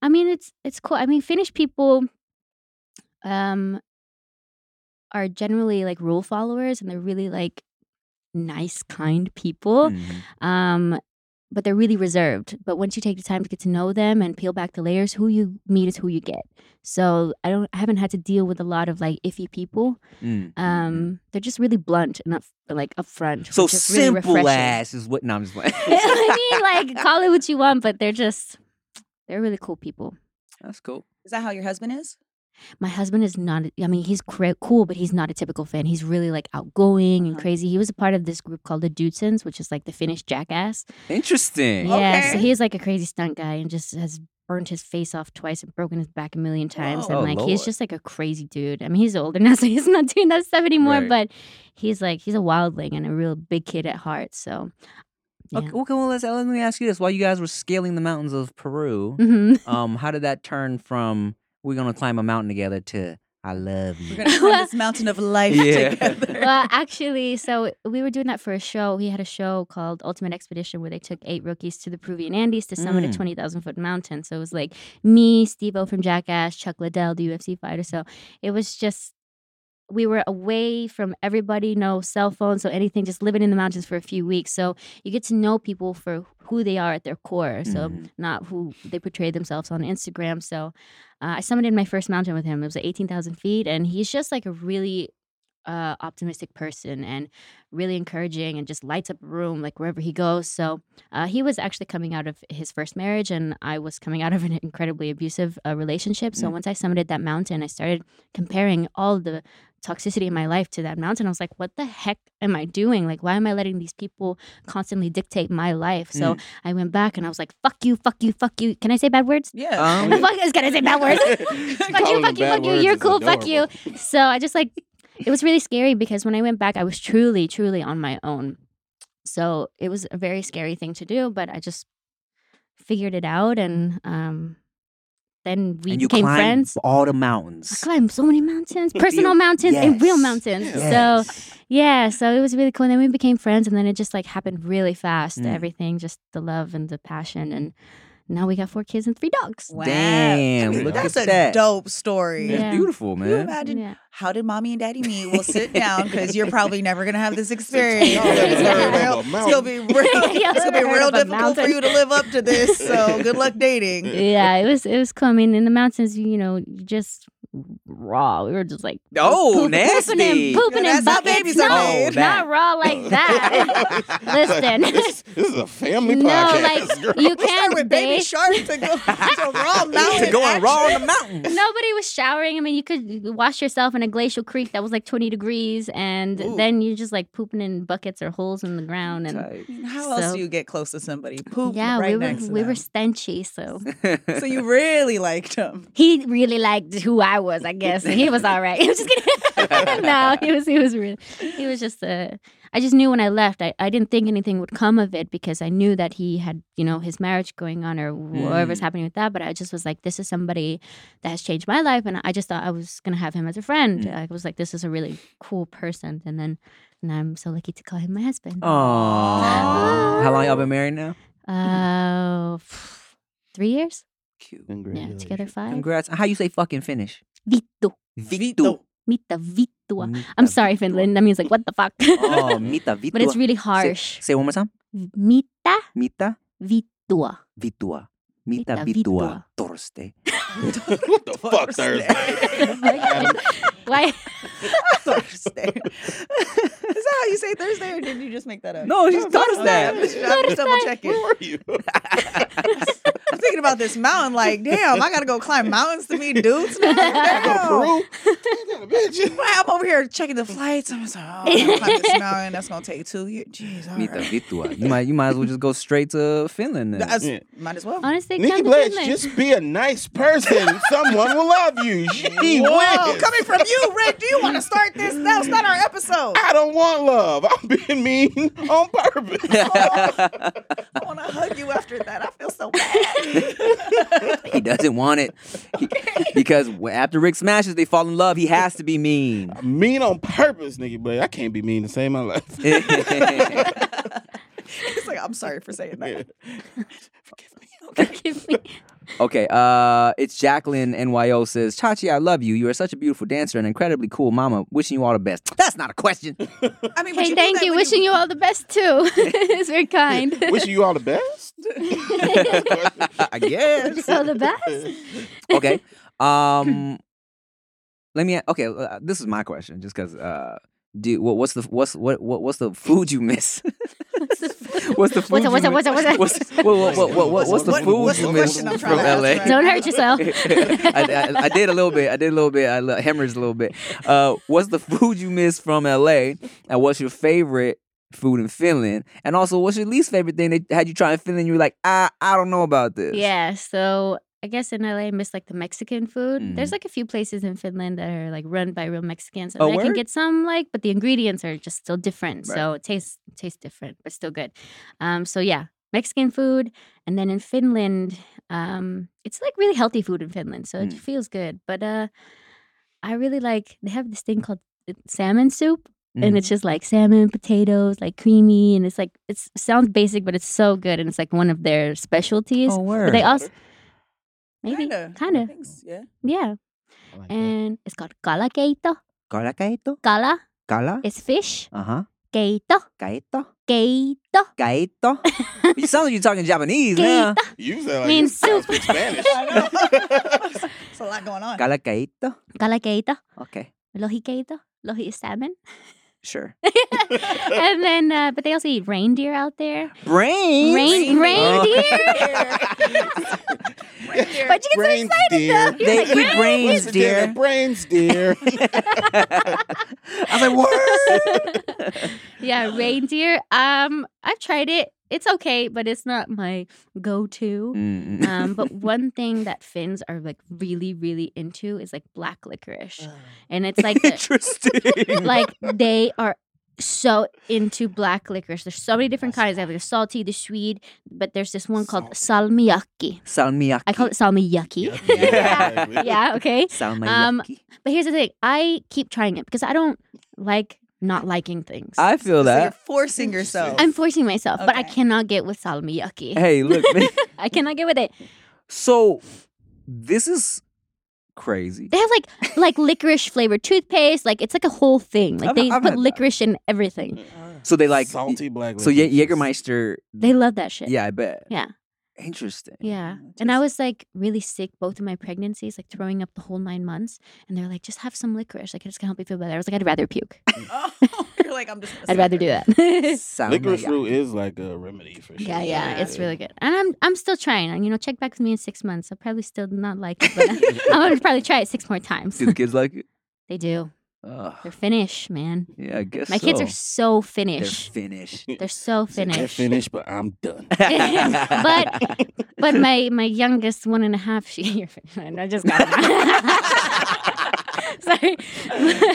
Speaker 2: I mean, it's it's cool. I mean, Finnish people, um, are generally like rule followers, and they're really like nice, kind people.
Speaker 1: Mhm.
Speaker 2: Um, but they're really reserved. But once you take the time to get to know them and peel back the layers, who you meet is who you get. So I don't, I haven't had to deal with a lot of like iffy people.
Speaker 1: Mm, mm, mm.
Speaker 2: Um, they're just really blunt and up, like upfront.
Speaker 1: so
Speaker 2: which is really
Speaker 1: simple
Speaker 2: refreshing.
Speaker 1: ass is what. No, I'm just playing.
Speaker 2: I mean, like, call it what you want, but they're just, they're really cool people.
Speaker 1: that's cool.
Speaker 3: Is that how your husband is?
Speaker 2: My husband is not, I mean, he's cra- cool, but he's not a typical fan. He's really like outgoing and
Speaker 3: Uh-huh.
Speaker 2: crazy. He was a part of this group called the Dudesons, which is like the Finnish jackass.
Speaker 1: Interesting.
Speaker 2: Yeah, so
Speaker 3: Okay.
Speaker 2: he's like a crazy stunt guy and just has burned his face off twice and broken his back a million times.
Speaker 1: Whoa. Oh,
Speaker 2: And like, he's
Speaker 1: Lord.
Speaker 2: just like a crazy dude. I mean, he's older now, so he's not doing that stuff anymore,
Speaker 1: Right.
Speaker 2: but he's like, he's a wildling and a real big kid at heart. So, yeah.
Speaker 1: Okay, okay, well, let's, let me ask you this: While you guys were scaling the mountains of Peru,
Speaker 2: Mhm.
Speaker 1: um, how did that turn from "we're gonna climb a mountain together" to "I love you"?
Speaker 3: We're gonna climb this mountain of life
Speaker 1: Yeah.
Speaker 3: together.
Speaker 2: well, actually, so we were doing that for a show. He had a show called Ultimate Expedition where they took eight rookies to the Peruvian Andes to summit
Speaker 1: Mm.
Speaker 2: a 20,000 foot mountain. So it was like me, Steve O from Jackass, Chuck Liddell, the UFC fighter. So it was just, we were away from everybody, no cell phones, so anything, just living in the mountains for a few weeks. So you get to know people for who they are at their core. So
Speaker 1: Mhm.
Speaker 2: not who they portray themselves on Instagram. So uh, I summited my first mountain with him. It was at 18,000 feet, and he's just like a really uh, optimistic person and really encouraging and just lights up a room like wherever he goes. So uh, he was actually coming out of his first marriage, and I was coming out of an incredibly abusive uh, relationship. So
Speaker 1: Mm.
Speaker 2: once I summited that mountain, I started comparing all the toxicity in my life to that mountain. I was like, what the heck am I doing? Like, why am I letting these people constantly dictate my life? So I went back and I was like, fuck you, fuck you, fuck you. Can I say bad words?
Speaker 3: Oh, Yeah.
Speaker 5: Oh,
Speaker 1: Um,
Speaker 2: The fuck is gonna say bad words. fuck you,
Speaker 5: Calling them
Speaker 2: fuck you,
Speaker 5: bad
Speaker 2: fuck you.
Speaker 5: words
Speaker 2: You're
Speaker 5: is
Speaker 2: cool, fuck you.
Speaker 5: adorable.
Speaker 2: So I just like, it was really scary because when I went back, I was truly, truly on my own. So it was a very scary thing to do, but I just figured it out. And um, then we
Speaker 1: and you
Speaker 2: became
Speaker 1: climbed
Speaker 2: friends.
Speaker 1: all the
Speaker 2: I
Speaker 1: mountains.
Speaker 2: climbed so many mountains, personal
Speaker 1: Real-
Speaker 2: mountains and real
Speaker 1: Yes.
Speaker 2: mountains. So
Speaker 1: Yes.
Speaker 2: yeah, so it was really cool. And then we became friends, and then it just like happened really fast.
Speaker 1: Mm.
Speaker 2: Everything, just the love and the passion, and now we got four kids and three dogs.
Speaker 3: Wow.
Speaker 1: Damn,
Speaker 3: I mean,
Speaker 5: look
Speaker 3: that's
Speaker 1: at
Speaker 3: a
Speaker 1: that.
Speaker 3: dope story.
Speaker 2: Yeah.
Speaker 1: It's beautiful,
Speaker 3: Can you
Speaker 1: man.
Speaker 3: imagine
Speaker 2: Yeah.
Speaker 3: how did mommy and daddy meet? We'll sit down because you're probably never gonna have this experience.
Speaker 5: Y'all never
Speaker 3: It's gonna be
Speaker 5: heard
Speaker 3: real-
Speaker 5: of
Speaker 3: it's gonna be
Speaker 5: a mountain.
Speaker 3: real, it's gonna be
Speaker 2: Y'all never
Speaker 3: real
Speaker 2: heard of a
Speaker 3: difficult for
Speaker 2: mountain.
Speaker 3: you to live up to this. So good luck dating.
Speaker 2: yeah, it was it was cool. I mean, in the mountains, you know, you just raw. We were just like
Speaker 1: Oh,
Speaker 2: poop- pooping
Speaker 1: nasty.
Speaker 2: and pooping
Speaker 3: Yo,
Speaker 2: and
Speaker 3: that's how
Speaker 2: buckets.
Speaker 3: babies are
Speaker 2: No,
Speaker 1: made.
Speaker 2: not raw like that. Listen.
Speaker 5: this, this is a family
Speaker 2: no,
Speaker 5: podcast.
Speaker 2: like
Speaker 5: girl.
Speaker 2: you
Speaker 3: We started
Speaker 2: can't
Speaker 3: with baby
Speaker 2: bathe.
Speaker 3: shark to go to raw mountain.
Speaker 1: To going raw on the
Speaker 3: action.
Speaker 1: mountains.
Speaker 2: Nobody was showering. I mean, you could wash yourself in a glacial creek that was like 20 degrees, and
Speaker 5: Ooh.
Speaker 2: then you're just like pooping in buckets or holes in the ground. And
Speaker 1: Type.
Speaker 3: I mean, How else
Speaker 2: So-
Speaker 3: do you get close to somebody? Poop
Speaker 2: yeah,
Speaker 3: right
Speaker 2: we were
Speaker 3: next to
Speaker 2: we were
Speaker 3: them.
Speaker 2: stenchy, so
Speaker 3: So you really liked him.
Speaker 2: he really liked who I was, I guess. And he was all right. I'm just kidding. no, he was he was really he was just a. I just knew when I left, I, I didn't think anything would come of it because I knew that he had, you know, his marriage going on or whatever's
Speaker 1: Mm.
Speaker 2: happening with that. But I just was like, this is somebody that has changed my life. And I just thought I was going to have him as a friend.
Speaker 1: Mm.
Speaker 2: I was like, this is a really cool person. And then and I'm so lucky to call him my husband.
Speaker 1: Aww. How long y'all been married now?
Speaker 2: Uh, three years?
Speaker 1: Cute.
Speaker 2: Yeah,
Speaker 5: Congratulations.
Speaker 2: together five.
Speaker 1: Congrats. How you say fucking finish?
Speaker 2: Vito.
Speaker 1: Vitu.
Speaker 2: Mita Vitua. I'm sorry, Finland. That means like what the fuck.
Speaker 1: Oh, mita vitua.
Speaker 2: but it's really
Speaker 1: Say,
Speaker 2: harsh.
Speaker 1: say one more time.
Speaker 2: Mita
Speaker 1: Mita
Speaker 2: vitua.
Speaker 1: vitua. Mita
Speaker 2: Mita
Speaker 1: vitua.
Speaker 2: vitua.
Speaker 1: Thursday.
Speaker 5: what the fuck, Thursday?
Speaker 2: Why?
Speaker 3: Thursday. Is that how you say Thursday, or did you just make that up?
Speaker 1: No, she's
Speaker 3: Okay, I'm
Speaker 1: Thursday.
Speaker 3: just, I'm just double checking.
Speaker 5: Where are you?
Speaker 3: I'm thinking about this mountain. Like, damn, I gotta go climb mountains to meet dudes. Now?
Speaker 5: Go
Speaker 3: Damn.
Speaker 5: Peru? Damn, bitch.
Speaker 3: Why I'm over here checking the flights. I'm just like, oh, I gotta climb this mountain. That's gonna take two years. Jeez, all
Speaker 1: Mita
Speaker 3: right.
Speaker 1: vitua. You might you might as well just go straight to Finland then.
Speaker 3: That's-
Speaker 5: Yeah.
Speaker 3: Might as well.
Speaker 2: Honestly,
Speaker 5: Nikki
Speaker 2: come to
Speaker 5: Bledge,
Speaker 2: Finland.
Speaker 5: just be a nice person. Someone will love you. She
Speaker 3: Wow,
Speaker 5: wins.
Speaker 3: coming from you, Rick. Do you want to start this? No, it's not our episode.
Speaker 5: I don't want love. I'm being mean on purpose.
Speaker 3: I want to hug you after that. I feel so bad.
Speaker 1: he doesn't want it. He- because wh- after Rick smashes, they fall in love. He has to be mean.
Speaker 5: mean on purpose, Nikki Bledge. I can't be mean to save my life.
Speaker 3: It's like I'm sorry for saying that.
Speaker 2: Forgive me.
Speaker 1: Okay, uh, it's Jacqueline NYO says, Chachi, I love you. You are such a beautiful dancer and incredibly cool mama. Wishing you all the best. That's not a question.
Speaker 3: I mean, but
Speaker 2: Hey,
Speaker 3: do
Speaker 2: thank
Speaker 3: that
Speaker 2: you.
Speaker 3: when
Speaker 2: Wishing you all the best too. it's very kind.
Speaker 5: Wishing you all the best.
Speaker 1: I guess.
Speaker 2: so the best.
Speaker 1: Okay. Um, let me. a- Okay, uh, this is my question, just because. Uh, do what, what's the what's what, what what's the food you miss? what's the food?
Speaker 2: What's
Speaker 1: you
Speaker 2: up? What's
Speaker 1: miss?
Speaker 2: up? What's up? What's up?
Speaker 1: What's- what- what- what- what-
Speaker 3: What's-
Speaker 1: what's the
Speaker 3: what-
Speaker 1: food
Speaker 3: what's
Speaker 1: you
Speaker 3: the
Speaker 1: miss
Speaker 3: question I'm
Speaker 1: from
Speaker 3: trying to ask
Speaker 1: LA?
Speaker 3: right
Speaker 2: Don't hurt yourself.
Speaker 1: I, I, I did a little bit. I did a little bit. I li- hemorrhaged a little bit. Uh, what's the food you miss from LA? And what's your favorite food in Finland? And also, what's your least favorite thing that had you try in Finland? You were like, I, I don't know about this.
Speaker 2: Yeah, so I guess in LA, I miss like the Mexican food.
Speaker 1: Mhm.
Speaker 2: There's like a few places in Finland that are like run by real Mexicans.
Speaker 1: Oh,
Speaker 2: and I can
Speaker 1: word?
Speaker 2: get some like, but the ingredients are just still different.
Speaker 1: Right.
Speaker 2: So it tastes tastes different, but still good. Um, so yeah, Mexican food, and then in Finland, um, it's like really healthy food in Finland, so it
Speaker 1: Mm.
Speaker 2: feels good. But uh, I really like they have this thing called uh, salmon soup
Speaker 1: Mm.
Speaker 2: and it's just like salmon, potatoes, like creamy, and it's like it's, it sounds basic, but it's so good, and it's like one of their specialties.
Speaker 1: Oh,
Speaker 2: But
Speaker 1: word.
Speaker 2: they also maybe
Speaker 3: Kinda.
Speaker 2: kind of
Speaker 3: Thanks, Yeah.
Speaker 2: yeah,
Speaker 5: I like that.
Speaker 2: and it's called gala keito.
Speaker 1: Kala kaito?
Speaker 2: Gala
Speaker 1: Kala?
Speaker 2: is fish,
Speaker 1: Uh huh.
Speaker 2: keito,
Speaker 1: Kaito?
Speaker 2: keito.
Speaker 1: Kaito? you sound like you're talking Japanese now.
Speaker 5: You sound like
Speaker 2: Mean
Speaker 5: you sound
Speaker 2: soup.
Speaker 5: speak Spanish.
Speaker 3: I know. it's a lot going on.
Speaker 1: Kala kaito?
Speaker 2: Gala keito,
Speaker 1: Okay.
Speaker 2: lohi keito. Lohi is salmon.
Speaker 1: Sure.
Speaker 2: and then, uh, but they also eat reindeer out there.
Speaker 1: Brains.
Speaker 2: Rain,
Speaker 1: Reindeer.
Speaker 2: reindeer. But you get
Speaker 5: brains,
Speaker 2: so
Speaker 5: dear.
Speaker 1: They
Speaker 2: excited though. You're
Speaker 1: eat brains,
Speaker 5: Dinner,
Speaker 1: dear.
Speaker 5: brains, dear.
Speaker 1: I was like, what?
Speaker 2: like, yeah, reindeer. Um, I've tried it. It's okay, but it's not my go-to.
Speaker 1: Mm.
Speaker 2: Um, but one thing that Finns are like really, really into is like black
Speaker 1: Oh.
Speaker 2: licorice, and it's like the,
Speaker 1: Interesting.
Speaker 2: like they are so into black licorice. There's so many different kinds. They have the salty, the sweet, but there's this one called salmiakki.
Speaker 1: Salmiakki.
Speaker 2: I call it salmiakki.
Speaker 5: Yeah.
Speaker 2: yeah, okay.
Speaker 1: Salmiakki.
Speaker 2: Um, But here's the thing: I keep trying it because I don't like not liking things.
Speaker 1: I feel
Speaker 3: So you're
Speaker 1: that.
Speaker 3: forcing yourself.
Speaker 2: I'm forcing myself, but I
Speaker 3: Okay.
Speaker 2: cannot get with salmiakki.
Speaker 1: Hey, look, man.
Speaker 2: I cannot get with it.
Speaker 1: So this is crazy.
Speaker 2: They have like like licorice flavored toothpaste. Like it's like a Mm. whole thing. Like
Speaker 1: I've-
Speaker 2: they
Speaker 1: I've
Speaker 2: put
Speaker 1: had that.
Speaker 2: licorice in everything.
Speaker 1: So they like
Speaker 5: salty black.
Speaker 1: So Ye-
Speaker 5: licorice.
Speaker 1: Jägermeister.
Speaker 2: They love that shit.
Speaker 1: Yeah, I bet.
Speaker 2: Yeah.
Speaker 1: Interesting.
Speaker 2: Yeah. And I was like really sick both of my pregnancies, like throwing up the whole nine months. And they're like, just have some licorice. Like it's gonna help you feel better. I was like, I'd rather puke.
Speaker 3: Oh, you're like I'm just. gonna
Speaker 2: I'd rather do
Speaker 3: suffer.
Speaker 2: that.
Speaker 1: Salmiakki.
Speaker 5: Licorice root is like a remedy for sure.
Speaker 2: yeah, yeah. It's really good. And I'm I'm still trying. And you know, check back with me in six months. I'll probably still not like it, but I'm gonna probably try it six more times.
Speaker 1: Do the kids like it?
Speaker 2: They do.
Speaker 1: Ugh.
Speaker 2: They're Finnish, man.
Speaker 1: yeah, I guess
Speaker 2: My kids
Speaker 1: so.
Speaker 2: are so
Speaker 1: They're
Speaker 2: Finnish.
Speaker 1: Finnish.
Speaker 2: They're so
Speaker 5: They're
Speaker 2: Finnish.
Speaker 5: finished, but I'm done.
Speaker 2: But- But my my youngest one and a half, she you're fine. I just got it.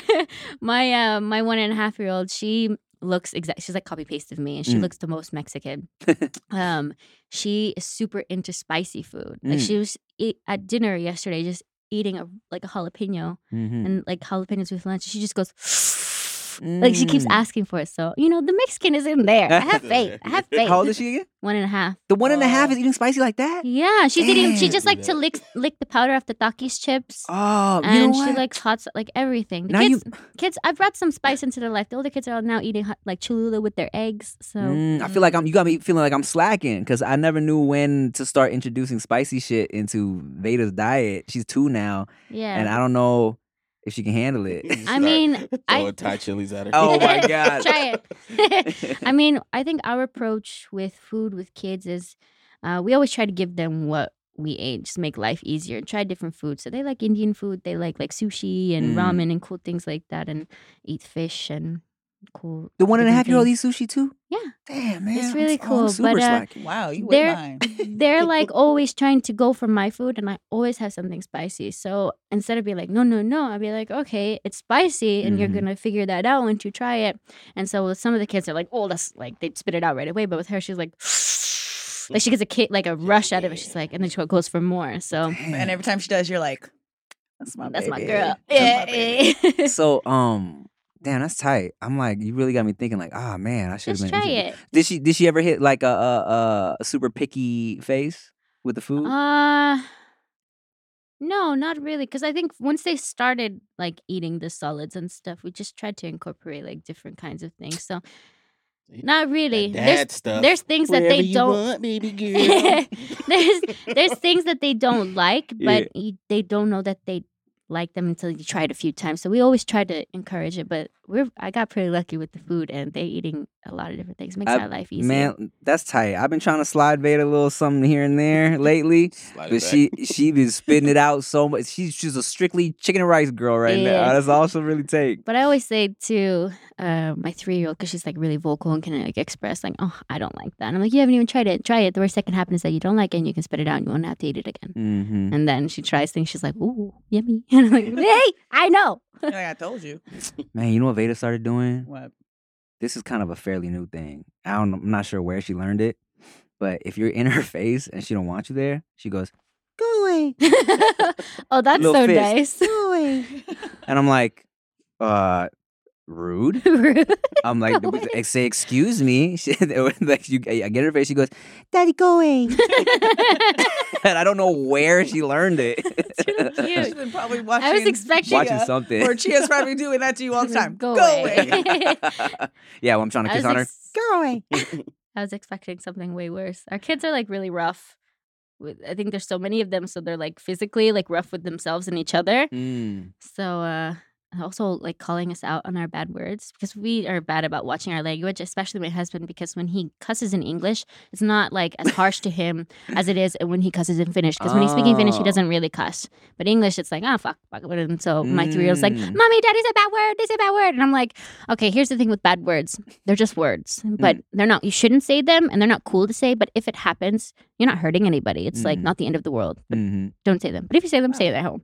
Speaker 2: Sorry, my uh, my one and a half year old, she looks exact. She's like copy paste of me, and she
Speaker 1: Mm.
Speaker 2: looks the most Mexican. um, she is super into spicy food. Like
Speaker 1: Mm.
Speaker 2: she was eat, at dinner yesterday, just eating a like a jalapeno
Speaker 1: Mhm.
Speaker 2: and like jalapenos with lunch. She just goes. Like she keeps
Speaker 1: Mm.
Speaker 2: asking for it, so you know the Mexican is in there. I have faith. I have faith.
Speaker 1: How old is she again?
Speaker 2: One and a half.
Speaker 1: The one and a half
Speaker 2: Uh,
Speaker 3: Oh.
Speaker 1: is eating spicy like that?
Speaker 2: Yeah, she's eating. She
Speaker 1: Damn.
Speaker 2: just
Speaker 5: Do
Speaker 2: like to
Speaker 5: that.
Speaker 2: lick lick the powder off the Takis chips,
Speaker 1: Oh, you know
Speaker 2: and she
Speaker 1: what?
Speaker 2: likes hot sauce, like everything. The
Speaker 1: Now you-
Speaker 2: kids, kids, I brought some spice into their life. The older kids are all now eating hot, like Cholula with their eggs. So
Speaker 1: Mm, I feel like I'm. You got me feeling like I'm slacking because I never knew when to start introducing spicy shit into Veda's diet. She's two now, and
Speaker 2: yeah,
Speaker 1: I don't know if she can handle it.
Speaker 2: I mean, I-
Speaker 5: throwing Thai chilies at her.
Speaker 1: Oh my god!
Speaker 2: try it. I mean, I think our approach with food with kids is, uh, we always try to give them what we ate, just make life easier, and try different foods. So they like Indian food, they like like sushi
Speaker 1: Mm.
Speaker 2: and ramen and cool things like that, and eat fish and cool.
Speaker 1: The one and a
Speaker 2: different
Speaker 1: half year old
Speaker 2: things.
Speaker 1: eats sushi too.
Speaker 2: Yeah.
Speaker 1: Damn man,
Speaker 2: It's
Speaker 1: I'm
Speaker 2: really
Speaker 1: s- oh, I'm
Speaker 2: cool, but,
Speaker 1: super
Speaker 2: uh,
Speaker 1: slacking.
Speaker 3: Wow, you
Speaker 2: They're-
Speaker 3: were mine.
Speaker 2: they're like always trying to go for my food and I always have something spicy. So instead of being like, no, no, no, I'll be like, okay, it's spicy and you're
Speaker 3: Mm-hmm.
Speaker 1: Mhm.
Speaker 2: gonna figure that out once you try it. And so with some of the kids are like, oh, that's like they spit it out right away. But with her, she's like, like she gets a kid like a rush out of it. She's like, and then she goes for more. So
Speaker 3: And every time she does, you're like, "That's my
Speaker 2: that's my
Speaker 3: baby.
Speaker 2: girl.
Speaker 3: That's my baby.
Speaker 2: Yeah.
Speaker 1: so um, damn, that's tight. I'm like, you really got me thinking. Like, ah man, I should have
Speaker 2: Just
Speaker 1: been.
Speaker 2: try
Speaker 1: introdu-
Speaker 2: it.
Speaker 1: Did she? Did she ever hit like a a, a- a super picky phase with the food?
Speaker 2: Uh no, not really. Because I think once they started like eating the solids and stuff, we just tried to incorporate like different kinds of things. So
Speaker 5: Y-
Speaker 2: not really.
Speaker 5: That
Speaker 2: There's
Speaker 5: stuff.
Speaker 2: there's things that
Speaker 5: Wherever
Speaker 2: they
Speaker 5: you
Speaker 2: don't.
Speaker 5: want, baby girl.
Speaker 2: there's there's things that they don't like,
Speaker 1: Yeah.
Speaker 2: but you, they don't know that they like them until you try it a few times. So we always try to encourage it. But we're I got pretty lucky with the food, and they eating a lot of different things makes
Speaker 1: I-
Speaker 2: our life easier.
Speaker 1: Man, that's tight. I've been trying to slide Veda a little something here and there lately.
Speaker 5: Slide it
Speaker 1: But
Speaker 5: back.
Speaker 1: she she been spitting it out so much. She's she's a strictly chicken and rice girl right now.
Speaker 2: Yeah.
Speaker 1: That's all she'll really take.
Speaker 2: But I always say to uh, my three year old, because she's like really vocal and can like express, like, oh, I don't like that. And I'm like, you haven't even tried it. Try it. The worst that can happen is that you don't like it and you can spit it out and you won't have to eat it again.
Speaker 1: Mm-hmm.
Speaker 2: And then she tries things. She's like, ooh, yummy. And I'm like, hey, I know.
Speaker 3: You're like, I told you.
Speaker 1: Man, you know what Veda started doing?
Speaker 3: What?
Speaker 1: This is kind of a fairly new thing. I don't. I'm not sure where she learned it, but if you're in her face and she don't want you there, she goes, "Go away,
Speaker 2: oh, that's
Speaker 1: Little
Speaker 2: so
Speaker 1: fist.
Speaker 2: nice.
Speaker 1: go away," and I'm like, "Uh, rude." I'm like,
Speaker 2: Go away.
Speaker 1: "Say excuse me." She, like you, I get in her face. She goes, "Daddy, go away." and I don't know where she learned it.
Speaker 2: It's really
Speaker 3: She's
Speaker 2: cute. uh,
Speaker 3: been probably watching.
Speaker 2: I was expecting.
Speaker 1: Watching
Speaker 3: Chia,
Speaker 1: something.
Speaker 3: Or Chia's probably doing that to you all the time.
Speaker 2: Go
Speaker 3: away.
Speaker 2: away.
Speaker 1: yeah, well, I'm trying to
Speaker 2: I
Speaker 1: kiss
Speaker 2: was
Speaker 1: on her.
Speaker 2: ex-
Speaker 1: Go away.
Speaker 2: I was expecting something way worse. Our kids are like really rough. with- I think there's so many of them, so they're like physically like rough with themselves and each other.
Speaker 1: Mm.
Speaker 2: So uh and also like calling us out on our bad words because we are bad about watching our language, especially my husband, because when he cusses in English, it's not like as harsh to him as it is when he cusses in Finnish. Because when he's speaking Finnish,
Speaker 1: Oh.
Speaker 2: he doesn't really cuss. But English, it's like, ah, fuck, fuck. And so my three year old's like,
Speaker 1: Mm.
Speaker 2: mommy, daddy's a bad word, this is a bad word. And I'm like, okay, here's the thing with bad words. They're just words, but
Speaker 1: Mm.
Speaker 2: they're not, you shouldn't say them and they're not cool to say. But if it happens, you're not hurting anybody. It's like
Speaker 1: Mm. Oh.
Speaker 2: not the end of the world. But
Speaker 1: hmm
Speaker 2: don't say them. But if you say them, say it at home.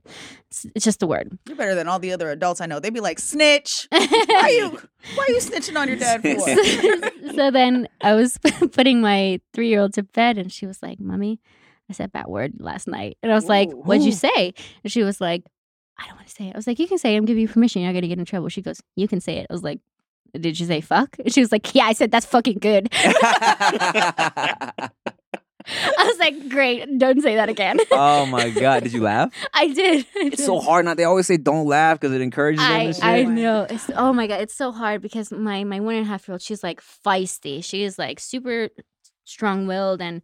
Speaker 2: It's, it's just a word.
Speaker 3: You're better than all the other adults I know. They'd be like, snitch. Why are you why are you snitching on your dad for?
Speaker 2: so then I was putting my three year old to bed, and she was like, Mommy, I said that word last night. And I was like,
Speaker 3: Ooh.
Speaker 2: What'd you say? And she was like, I don't want to say it. I was like, You can say it. I'm giving you permission. You're not going to get in trouble. She goes, You can say it. I was like, Did you say fuck? And she was like, Yeah, I said that's fucking good. I was like, Great. Don't say that again.
Speaker 1: oh my god, did you laugh?
Speaker 2: I did. I
Speaker 1: It's so
Speaker 2: did.
Speaker 1: hard. Not they always say don't laugh because it encourages them
Speaker 2: I,
Speaker 1: to shit.
Speaker 2: I
Speaker 3: Wow.
Speaker 2: know. It's, oh my god, it's so hard because my my one and a half year old, she's like feisty. She is like super strong willed and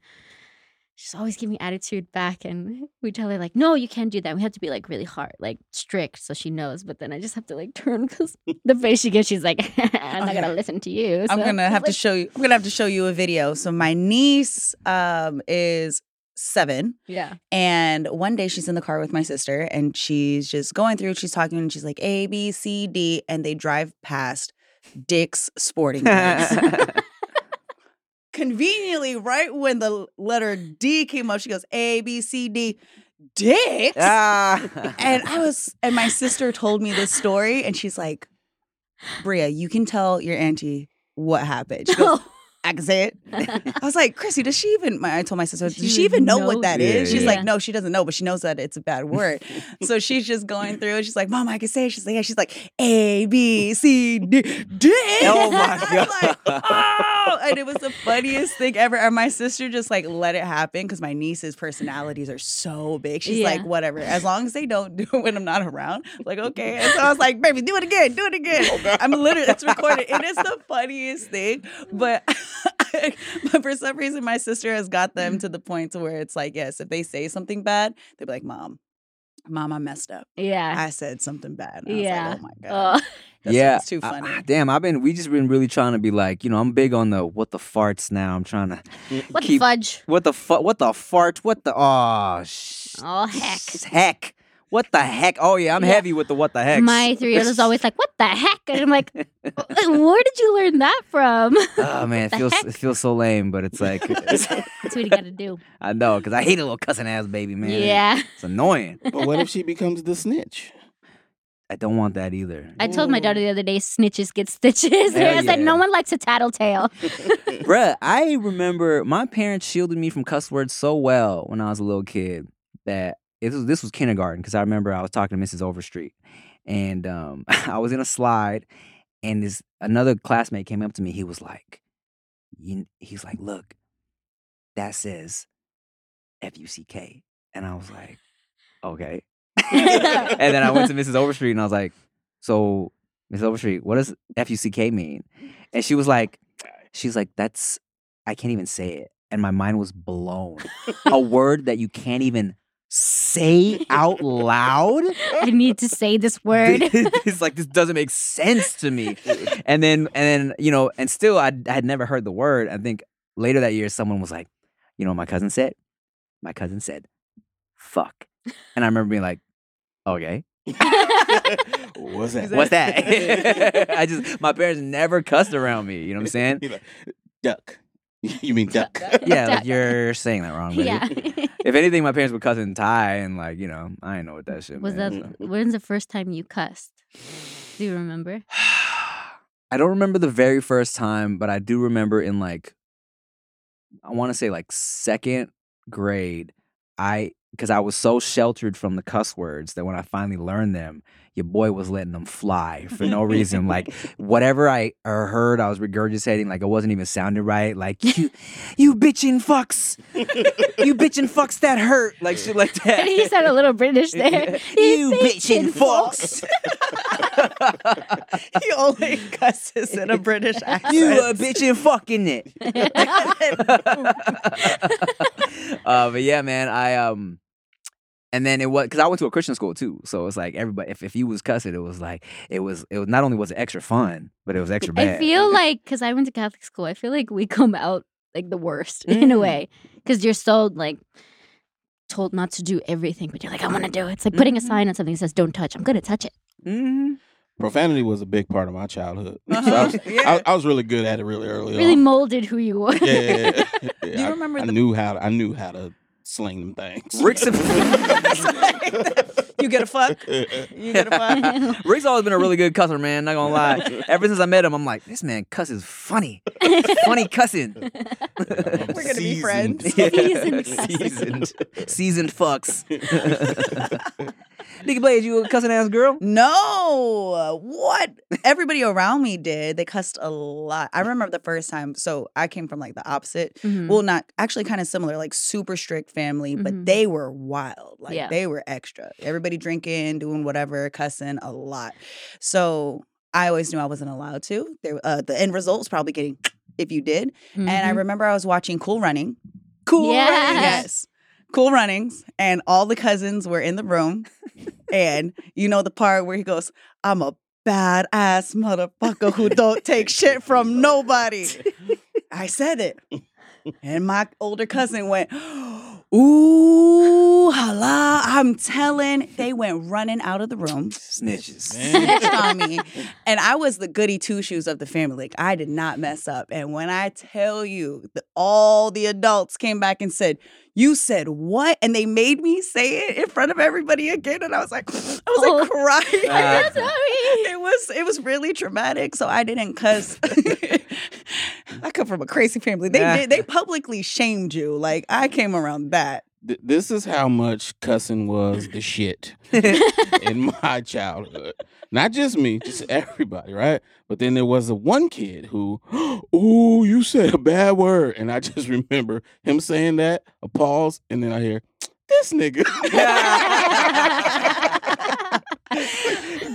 Speaker 2: she's always giving attitude back. And we tell her like, no, you can't do that. We have to be like really hard, like strict, so she knows. But then I just have to like turn because the face she gives, she's like, I'm not gonna
Speaker 3: Okay.
Speaker 2: listen to you.
Speaker 3: I'm
Speaker 2: So
Speaker 3: gonna
Speaker 2: it's
Speaker 3: have to
Speaker 2: like-
Speaker 3: show you I'm gonna have to show you a video. So my niece um is seven.
Speaker 2: yeah.
Speaker 3: And one day she's in the car with my sister and she's just going through, she's talking and she's like A, B, C, D, and they drive past Dick's sporting goods. Conveniently, right when the letter D came up, she goes, A, B, C, D, Dick's.
Speaker 1: Ah.
Speaker 3: And I was, and my sister told me this story, and she's like, Bria, you can tell your auntie what happened. She
Speaker 2: Oh,
Speaker 3: goes, I can say it. I was like, Chrissy, does she even? My, I told my sister, does
Speaker 2: She
Speaker 3: she,
Speaker 2: would
Speaker 3: even know,
Speaker 2: know
Speaker 3: what that is?
Speaker 1: that. Yeah,
Speaker 3: She's
Speaker 2: yeah.
Speaker 3: like, no, she doesn't know, but she knows that it's a bad word. so she's just going through. and She's like, Mom, I can say it. She's like, yeah. She's like, A B C D D.
Speaker 1: Oh my
Speaker 3: I'm like,
Speaker 1: God.
Speaker 3: oh! And it was the funniest thing ever. And my sister just like let it happen because my niece's personalities are so big. She's
Speaker 2: Yeah.
Speaker 3: like, whatever, as long as they don't do it when I'm not around. Like, okay. And so I was like, baby, do it again, do it again.
Speaker 2: Oh,
Speaker 3: I'm literally, it's recorded. It is the funniest thing. But, but for some reason, my sister has got
Speaker 2: Mm-hmm.
Speaker 3: them to the point to where it's like, yes, if they say something bad, they'll be like, mom, mom, I messed up.
Speaker 2: Yeah.
Speaker 3: I said something bad. And I was
Speaker 2: Yeah.
Speaker 3: like, oh my
Speaker 2: Oh,
Speaker 3: God. That's-
Speaker 1: yeah,
Speaker 3: it's too
Speaker 1: I-
Speaker 3: funny.
Speaker 1: ah, damn, I've been. We just been really trying to be like, you know, I'm big on the what the farts now. I'm trying to
Speaker 2: what the
Speaker 1: keep
Speaker 2: fudge?
Speaker 1: what the fu- what the fart what the oh sh-
Speaker 2: Oh heck.
Speaker 1: s- heck what the heck oh yeah I'm
Speaker 2: Yeah.
Speaker 1: heavy with the what the heck
Speaker 2: My three year old is always like, What the heck? And I'm like, Where did you learn that from?
Speaker 1: oh man it
Speaker 2: the
Speaker 1: feels
Speaker 2: heck?
Speaker 1: it feels so lame but it's like
Speaker 2: That's what you gotta do.
Speaker 1: I know because I hate a little cussing ass baby man
Speaker 2: Yeah.
Speaker 1: it's annoying
Speaker 5: But what if she becomes the snitch?
Speaker 1: I don't want that either
Speaker 2: I told my daughter the other day, snitches get stitches.
Speaker 1: Hell
Speaker 2: I said,
Speaker 1: yeah.
Speaker 2: no one likes a tattletale.
Speaker 1: bruh I remember my parents shielded me from cuss words so well when I was a little kid that it was, this was kindergarten because I remember I was talking to Mrs. Overstreet and um, I was in a slide and this another classmate came up to me. He was like, you, he's like, look, that says F U C K, and I was like, okay. and then I went to Mrs. Overstreet and I was like, so Mrs. Overstreet, what does F U C K mean? And she was like, she's like, that's I can't even say it, and my mind was blown. A word that you can't even say out loud.
Speaker 2: I need to say this word.
Speaker 1: it's like this doesn't make sense to me. And then and then you know, and still I, I had never heard the word. I think later that year someone was like, you know, my cousin said, my cousin said, fuck. And I remember being like, okay,
Speaker 5: What's that?
Speaker 1: what's that? I just my parents never cussed around me. You know what I'm saying?
Speaker 5: He like, duck. You mean duck?
Speaker 1: Yeah, like
Speaker 2: That-
Speaker 1: you're saying that wrong. Buddy.
Speaker 2: yeah.
Speaker 1: If anything, my parents would cuss and tie, and like you know, I didn't know what that shit
Speaker 2: Mm, Was that
Speaker 1: meant, so.
Speaker 2: when's the first time you cussed? Do you remember?
Speaker 1: I don't remember the very first time, but I do remember in like, I want to say like second grade, I, because I was so sheltered from the cuss words that when I finally learned them, your boy was letting them fly for no reason. like, whatever I uh, heard, I was regurgitating, like, it wasn't even sounding right. Like, you, you bitchin' fucks, you bitchin' fucks that hurt. Like, shit like that.
Speaker 2: And he sounded a little British there.
Speaker 1: you bitchin' fucks.
Speaker 2: Oh.
Speaker 3: he only cusses in a British accent.
Speaker 1: You a bitch and fucking it. uh, but yeah, man, I um, And then it was because I went to a Christian school too, so it's like everybody. If, if you was cussing, it was like it was. It was not only was it extra fun, but it was extra bad.
Speaker 2: I feel like because I went to Catholic school, I feel like we come out like the worst in a
Speaker 1: Mm.
Speaker 2: way because you're so like told not to do everything, but you're like, I want to do it. It's like putting a
Speaker 1: Mhm.
Speaker 2: sign on something that says "Don't touch." I'm gonna touch it.
Speaker 1: Mhm.
Speaker 5: Profanity was a big part of my childhood. So I,
Speaker 3: Uh-huh.
Speaker 5: was,
Speaker 3: yeah.
Speaker 5: I, I was really good at it really early.
Speaker 2: Really
Speaker 5: on.
Speaker 2: molded who you were.
Speaker 5: yeah, yeah, yeah.
Speaker 3: Do you
Speaker 5: I-
Speaker 3: remember
Speaker 5: I,
Speaker 3: the-
Speaker 5: knew how to, I knew how to sling them things.
Speaker 1: Rick's
Speaker 3: You get a fuck. You get a fuck.
Speaker 1: Rick's always been a really good cusser, man. Not gonna lie. Ever since I met him, I'm like, this man cusses funny, funny cussing.
Speaker 3: We're gonna be friends.
Speaker 2: Seasoned
Speaker 1: seasoned, seasoned fucks. Nikki Blaze, you a cussing ass girl?
Speaker 3: No, what? Everybody around me did. They cussed a lot. I remember the first time. So I came from like the opposite.
Speaker 2: Mhm.
Speaker 3: Well, not actually kind of similar, like super strict family,
Speaker 2: Mhm.
Speaker 3: but they were wild. Like
Speaker 2: Yeah.
Speaker 3: they were extra. Everybody drinking, doing whatever, cussing a lot. So I always knew I wasn't allowed to. There, uh, the end result was probably getting if you did. And I
Speaker 2: Mhm.
Speaker 3: remember I was watching Cool Running. Cool
Speaker 2: Yes.
Speaker 3: Runnings. Yes. Cool Runnings. And all the cousins were in the room. and you know the part where he goes, I'm a badass motherfucker who don't take shit from nobody. I said it. And my older cousin went, Ooh, hala, I'm telling. They went running out of the room
Speaker 1: Snitches.
Speaker 3: snitched on me. And I was the goody two shoes of the family. Like I did not mess up. And when I tell you that all the adults came back and said, You said what? And they made me say it in front of everybody again. And I was like, I was like crying.
Speaker 1: Ah.
Speaker 2: Sorry.
Speaker 3: It was it was really traumatic, so I didn't cuss. I come from a crazy family. They
Speaker 1: Yeah.
Speaker 3: did, they publicly shamed you. Like I came around that.
Speaker 5: Th- this is how much cussing was the shit in my childhood. Not just me, just everybody, right? But then there was a one kid who, oh, you said a bad word. And I just remember him saying that, a pause, and then I hear, this nigga.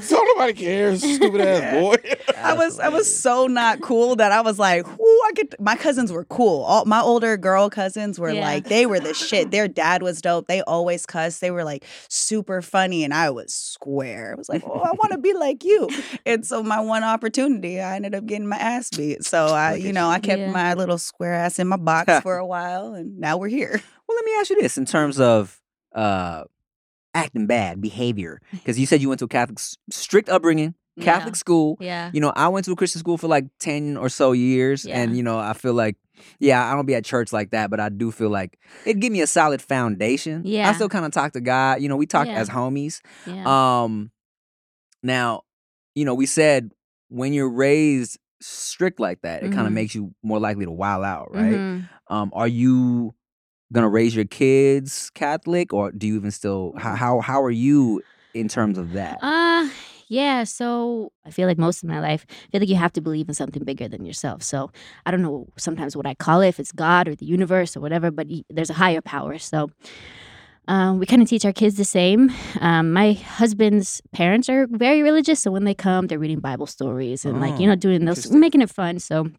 Speaker 5: so nobody cares, stupid ass boy.
Speaker 3: I was I was so not cool that I was like, whoo, I could my cousins were cool. All my older girl cousins were
Speaker 2: Yeah.
Speaker 3: like, they were the shit. Their dad was dope. They always cussed. They were like super funny and I was square. I was like, oh, I want to be like you. And so my one opportunity, I ended up getting my ass beat. So I,
Speaker 1: Look
Speaker 3: you
Speaker 1: at
Speaker 3: know, I kept
Speaker 2: Yeah.
Speaker 3: my little square ass in my box for a while and now we're here.
Speaker 1: Well, let me ask you this in terms of uh, acting bad behavior, because you said you went to a Catholic, s- strict upbringing, Catholic school.
Speaker 2: Mm-hmm. Yeah.
Speaker 1: You know, I went to a Christian school for like 10 or so years.
Speaker 2: Yeah.
Speaker 1: And, you know, I feel like, yeah, I don't be at church like that, but I do feel like it give me a solid foundation.
Speaker 2: Yeah.
Speaker 1: I still kind of talk to God. You know, we talk
Speaker 2: Yeah.
Speaker 1: as homies.
Speaker 2: Yeah.
Speaker 1: Um, now, you know, we said when you're raised strict like that, it kind
Speaker 2: Mhm.
Speaker 1: of makes you more likely to wild out, right?
Speaker 2: Mhm.
Speaker 1: Um, are you gonna raise your kids Catholic, or do you even still? How how, how are you in terms of that?
Speaker 2: Mm-hmm. Uh yeah, so I feel like most of my life, I feel like you have to believe in something bigger than yourself. So I don't know sometimes what I call it, if it's God or the universe or whatever, but y- there's a higher power. So um, we kind of teach our kids the same. Um, my husband's parents are very religious, so when they come, they're reading Bible stories and like you
Speaker 1: Oh,
Speaker 2: know doing those,
Speaker 1: interesting.
Speaker 2: making it fun. So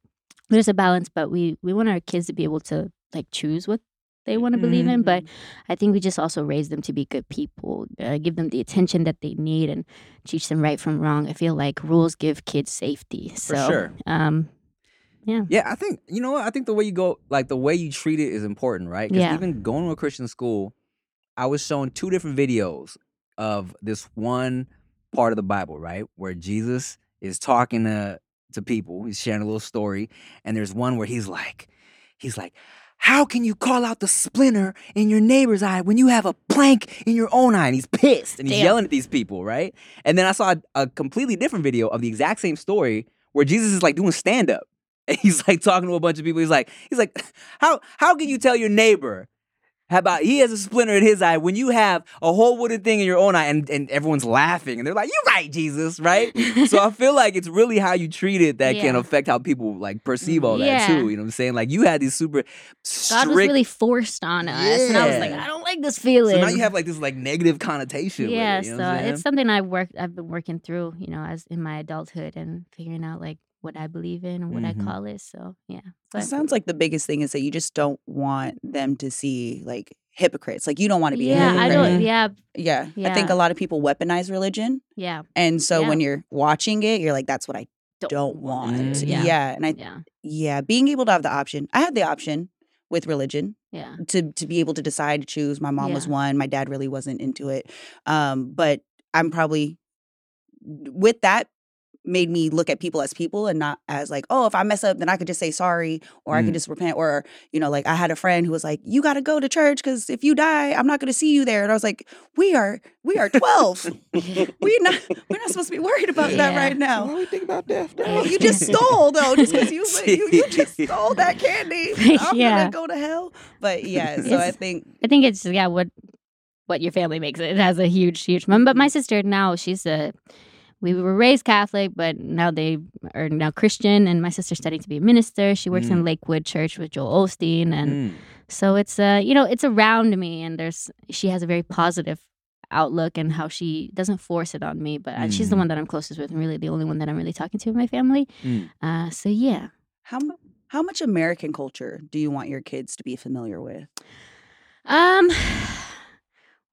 Speaker 2: there's a balance, but we we want our kids to be able to like choose what they want to believe in, but
Speaker 1: Mm-hmm.
Speaker 2: I think we just also raise them to be good people, uh, give them the attention that they need, and teach them right from wrong. I feel like rules give kids safety. So,
Speaker 1: sure.
Speaker 2: um, yeah,
Speaker 1: Yeah, I think you know. what? I think the way you go, like the way you treat it, is important, right? 'Cause
Speaker 2: Yeah.
Speaker 1: Even going to a Christian school, I was shown two different videos of this one part of the Bible, right, where Jesus is talking to to people. He's sharing a little story, and there's one where he's like, he's like. How can you call out the splinter in your neighbor's eye when you have a plank in your own eye? And he's pissed and he's
Speaker 2: Damn.
Speaker 1: yelling at these people, right? And then I saw a, a completely different video of the exact same story where Jesus is like doing stand up. And he's like talking to a bunch of people. He's like, he's like, how how can you tell your neighbor how about he has a splinter in his eye when you have a whole wooden thing in your own eye and, and everyone's laughing and they're like, You're right, Jesus, right? so I feel like it's really how you treat it that can
Speaker 2: Yeah.
Speaker 1: affect how people like perceive all that
Speaker 2: Yeah.
Speaker 1: too. You know what I'm saying? Like you had these super
Speaker 2: God
Speaker 1: strict
Speaker 2: was really forced on us, and I was like,
Speaker 1: Yeah.
Speaker 2: I don't like this feeling.
Speaker 1: So now you have like this like negative connotation. with it,
Speaker 2: yeah,
Speaker 1: you know
Speaker 2: so
Speaker 1: what I'm saying?
Speaker 2: it's something I've worked, I've been working through, you know, as in my adulthood and figuring out like. what I believe in and what
Speaker 1: Mhm.
Speaker 2: I call it. So yeah.
Speaker 3: It sounds like the biggest thing is that you just don't want them to see like hypocrites. Like you don't want to be
Speaker 2: yeah,
Speaker 3: a
Speaker 2: I
Speaker 3: hypocrite.
Speaker 2: don't. Yeah,
Speaker 3: yeah. I think
Speaker 2: Yeah.
Speaker 3: a lot of people weaponize religion.
Speaker 2: yeah,
Speaker 3: And so
Speaker 2: Yeah.
Speaker 3: when you're watching it, you're like, that's what I
Speaker 2: Don't
Speaker 3: don't,
Speaker 1: want
Speaker 3: want.
Speaker 1: it.
Speaker 3: Yeah.
Speaker 2: Yeah.
Speaker 3: And I
Speaker 2: yeah,
Speaker 3: yeah, being able to have the option. I had the option with religion
Speaker 2: yeah.
Speaker 3: to to be able to decide to choose. My mom was
Speaker 2: Yeah.
Speaker 3: one. My dad really wasn't into it. Um, but I'm probably with that made me look at people as people and not as like, oh, if I mess up, then I could just say sorry or I
Speaker 1: Mm.
Speaker 3: could just repent. Or, you know, like I had a friend who was like, you gotta go to church because if you die, I'm not gonna see you there. And I was like, we are we are 12. we're not we're not supposed to be worried about that
Speaker 2: Yeah.
Speaker 3: right now.
Speaker 5: Why we think about death?
Speaker 3: Oh,
Speaker 5: dog?
Speaker 3: you just stole though, just because you, you you just stole that candy. I'm
Speaker 2: Yeah.
Speaker 3: gonna go to hell. But yeah, so I
Speaker 2: Yes.
Speaker 3: think
Speaker 2: I think it's yeah what what your family makes it has a huge huge. mom- But my sister now she's a we were raised Catholic, but now they are now Christian, and my sister's studying to be a minister. She works in Lakewood Church with Joel Osteen, and
Speaker 1: Mm.
Speaker 2: so it's uh you know it's around me, and there's she has a very positive outlook and how she doesn't force it on me, but uh she's the
Speaker 1: Mm.
Speaker 2: one that I'm closest with, and really the only one that I'm really talking to in my family.
Speaker 1: Mm.
Speaker 2: Uh, so yeah,
Speaker 3: how mu- how much American culture do you want your kids to be familiar with?
Speaker 2: um.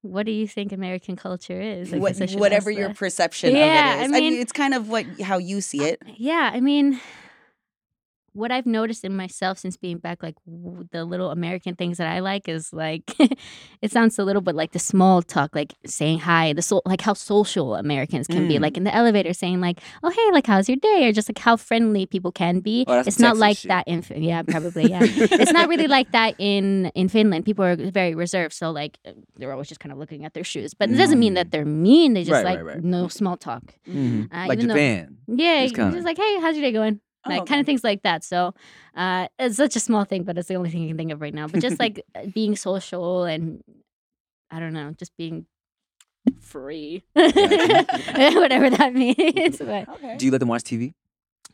Speaker 2: What do you think American culture is? I
Speaker 3: What-
Speaker 2: guess I should
Speaker 3: whatever
Speaker 2: ask
Speaker 3: your
Speaker 2: that.
Speaker 3: perception
Speaker 2: Yeah,
Speaker 3: of
Speaker 2: I
Speaker 3: it is.
Speaker 2: mean-
Speaker 3: it's kind of what how you see it.
Speaker 2: Yeah, I mean, what I've noticed in myself since being back, like w- the little American things that I like is like, it sounds so little, but like the small talk, like saying hi, the so, like how social Americans can be,
Speaker 1: Mm.
Speaker 2: like in the elevator saying like, oh hey, like how's your day, or just like how friendly people can be.
Speaker 1: Oh, that's
Speaker 2: it's not
Speaker 1: Texas
Speaker 2: like
Speaker 1: shit.
Speaker 2: that in, Fin- yeah, probably yeah. it's not really like that in in Finland. People are very reserved, so like uh, they're always just kind of looking at their shoes, but it doesn't mean that they're mean. They just
Speaker 1: Mm. Right,
Speaker 2: like
Speaker 1: right, right.
Speaker 2: no small talk.
Speaker 1: Mhm.
Speaker 2: Uh,
Speaker 1: like
Speaker 2: even though-
Speaker 1: Japan. Just
Speaker 2: Yeah, just,
Speaker 1: kinda-
Speaker 2: just like, hey, how's your day going?
Speaker 3: Oh,
Speaker 2: Like
Speaker 3: okay.
Speaker 2: kind of things like that. So uh, it's such a small thing, but it's the only thing I can think of right now. But just like uh, being social and I don't know, just being free, whatever that means. But
Speaker 3: Okay.
Speaker 1: Do you let them watch TV?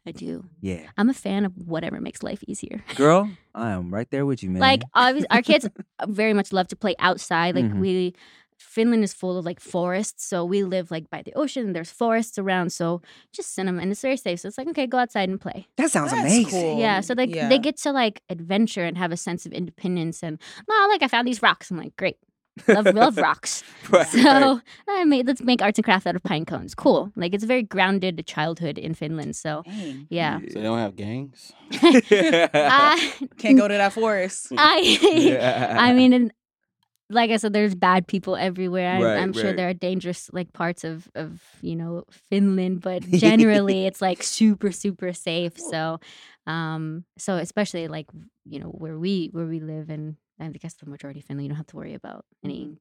Speaker 2: I do.
Speaker 1: Yeah,
Speaker 2: I'm a fan of whatever makes life easier.
Speaker 1: girl, I am right there with you, man.
Speaker 2: Like obviously, our kids uh, very much love to play outside. Like
Speaker 1: Mhm.
Speaker 2: we, Finland is full of like forests, so we live like by the ocean. and There's forests around, so just send them, and it's very safe. So it's like okay, go outside and play.
Speaker 1: that sounds
Speaker 3: That's
Speaker 1: amazing.
Speaker 3: cool.
Speaker 2: Yeah, so like
Speaker 3: yeah.
Speaker 2: they get to like adventure and have a sense of independence and oh like I found these rocks. I'm like great, love love rocks.
Speaker 1: Right, right.
Speaker 2: So I made let's make arts and crafts out of pine cones. Cool. Like it's a very grounded childhood in Finland. So
Speaker 3: Dang.
Speaker 2: yeah,
Speaker 5: So they don't have gangs.
Speaker 1: Mm.
Speaker 2: I
Speaker 3: Can't go to that forest.
Speaker 2: I I mean. And, like I said, there's bad people everywhere. I'm,
Speaker 1: Right,
Speaker 2: I'm sure
Speaker 1: right.
Speaker 2: there are dangerous like parts of of you know Finland, but generally it's like super super safe. So, um, so especially like you know where we where we live, and I guess the majority of Finland, you don't have to worry about
Speaker 3: Mm-hmm.
Speaker 2: any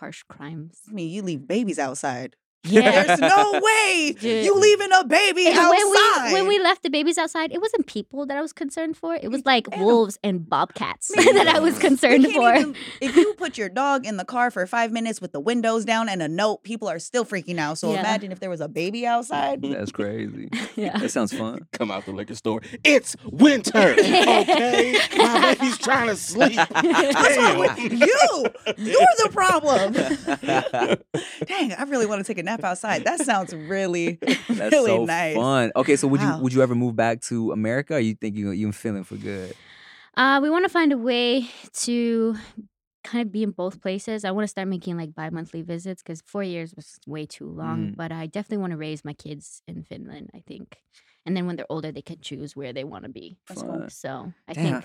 Speaker 2: harsh crimes.
Speaker 3: I mean, you leave babies outside.
Speaker 2: Yeah.
Speaker 3: There's no way
Speaker 2: Dude.
Speaker 3: you leaving a baby
Speaker 2: And when
Speaker 3: outside.
Speaker 2: we when we left the babies outside, it wasn't people that I was concerned for. It was like
Speaker 3: Animal-
Speaker 2: wolves and bobcats
Speaker 3: Man,
Speaker 2: that I was
Speaker 3: you
Speaker 2: concerned
Speaker 3: can't
Speaker 2: for.
Speaker 3: even- if you put your dog in the car for five minutes with the windows down and a note, people are still freaking out. So
Speaker 2: Yeah.
Speaker 3: imagine if there was a baby outside.
Speaker 1: That's crazy.
Speaker 2: yeah.
Speaker 1: That sounds fun.
Speaker 5: Come out the liquor store. It's winter. Okay, my baby's trying to sleep.
Speaker 3: What's wrong with
Speaker 5: Damn.
Speaker 3: you? You're the problem. Dang, I really want to take a nap outside. That sounds really,
Speaker 1: That's
Speaker 3: really
Speaker 1: so
Speaker 3: nice.
Speaker 1: fun. Okay, so would
Speaker 3: Wow.
Speaker 1: you would you ever move back to America? Or you think you you feeling for good?
Speaker 2: Uh, we want to find a way to kind of be in both places. I want to start making like bi monthly visits because four years was way too long.
Speaker 1: Mm.
Speaker 2: But I definitely want to raise my kids in Finland, I think. And then when they're older, they can choose where they want to be.
Speaker 3: That's cool.
Speaker 1: Fun.
Speaker 2: So I
Speaker 1: Uh, Damn,
Speaker 2: think.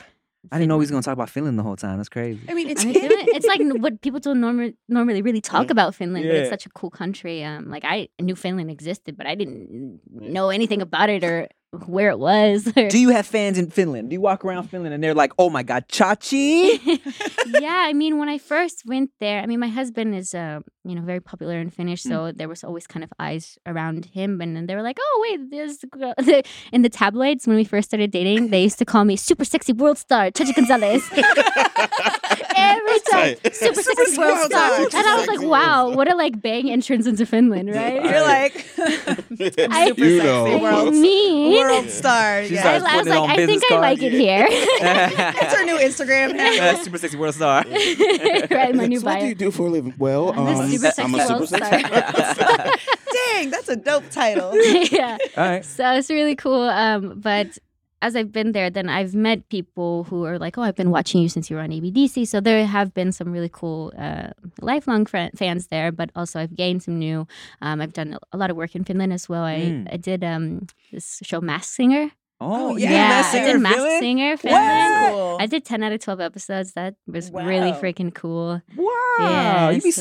Speaker 1: I didn't know we was
Speaker 2: Finland-
Speaker 1: gonna talk about Finland the whole time. That's crazy.
Speaker 3: I mean, it's
Speaker 2: I mean, Finland- it's like n- what people don't normally normally really talk about Finland, but it's
Speaker 1: Yeah.
Speaker 2: such a cool country. Um, like I knew Finland existed, but I didn't
Speaker 1: Mm.
Speaker 2: know anything about it or where it was. Or
Speaker 1: Do you have fans in Finland? Do you walk around Finland and they're like, "Oh my God, Chachi"?
Speaker 2: yeah, I mean, when I first went there, I mean, my husband is, uh, you know, very popular in Finnish,
Speaker 1: Mm.
Speaker 2: so there was always kind of eyes around him, and then they were like, "Oh, wait, there's a girl." in the tabloids when we first started dating, they used to call me super sexy world star Chachi Gonzalez every time,
Speaker 5: Tight.
Speaker 2: super,
Speaker 3: Super
Speaker 2: sexy world
Speaker 3: world
Speaker 2: star,
Speaker 3: star,
Speaker 2: and I was
Speaker 5: sexy
Speaker 2: like,
Speaker 5: world
Speaker 2: "Wow,
Speaker 5: star.
Speaker 2: what a like bang entrance into Finland, right?"
Speaker 3: you're like
Speaker 2: I-
Speaker 3: super sexy
Speaker 5: You know.
Speaker 2: I
Speaker 3: world,
Speaker 2: mean,
Speaker 3: world star.
Speaker 1: She's
Speaker 2: I,
Speaker 3: Yeah.
Speaker 1: like-
Speaker 2: I was
Speaker 1: putting it on
Speaker 2: like, I think
Speaker 1: business
Speaker 2: I like it
Speaker 1: cards.
Speaker 2: here.
Speaker 3: That's her new Instagram. handle.
Speaker 1: Super sexy world star.
Speaker 2: right, my new
Speaker 5: So what do
Speaker 2: bio.
Speaker 5: you do for a living? Well,
Speaker 2: I'm a
Speaker 5: um,
Speaker 2: super sexy
Speaker 5: I'm a super
Speaker 2: world
Speaker 5: sexy
Speaker 2: star.
Speaker 5: world star.
Speaker 3: Dang, that's a dope title.
Speaker 2: yeah.
Speaker 1: All right.
Speaker 2: So it's really cool. Um, but as I've been there, then I've met people who are like, "Oh, I've been watching you since you were on ABDC." So there have been some really cool uh, lifelong fri fans there, but also I've gained some new. Um, I've done a lot of work in Finland as well. I
Speaker 1: Mm.
Speaker 2: I did um this show, Mask Singer.
Speaker 1: Oh,
Speaker 3: Oh,
Speaker 1: yeah.
Speaker 3: yeah,
Speaker 1: Masked
Speaker 2: I
Speaker 1: Singer
Speaker 2: did Mask
Speaker 1: villain?
Speaker 2: Singer Finland.
Speaker 1: What?
Speaker 3: Cool.
Speaker 2: I did ten out of twelve episodes. That was really
Speaker 3: Wow.
Speaker 2: freaking cool.
Speaker 1: Wow. You be
Speaker 2: Yes.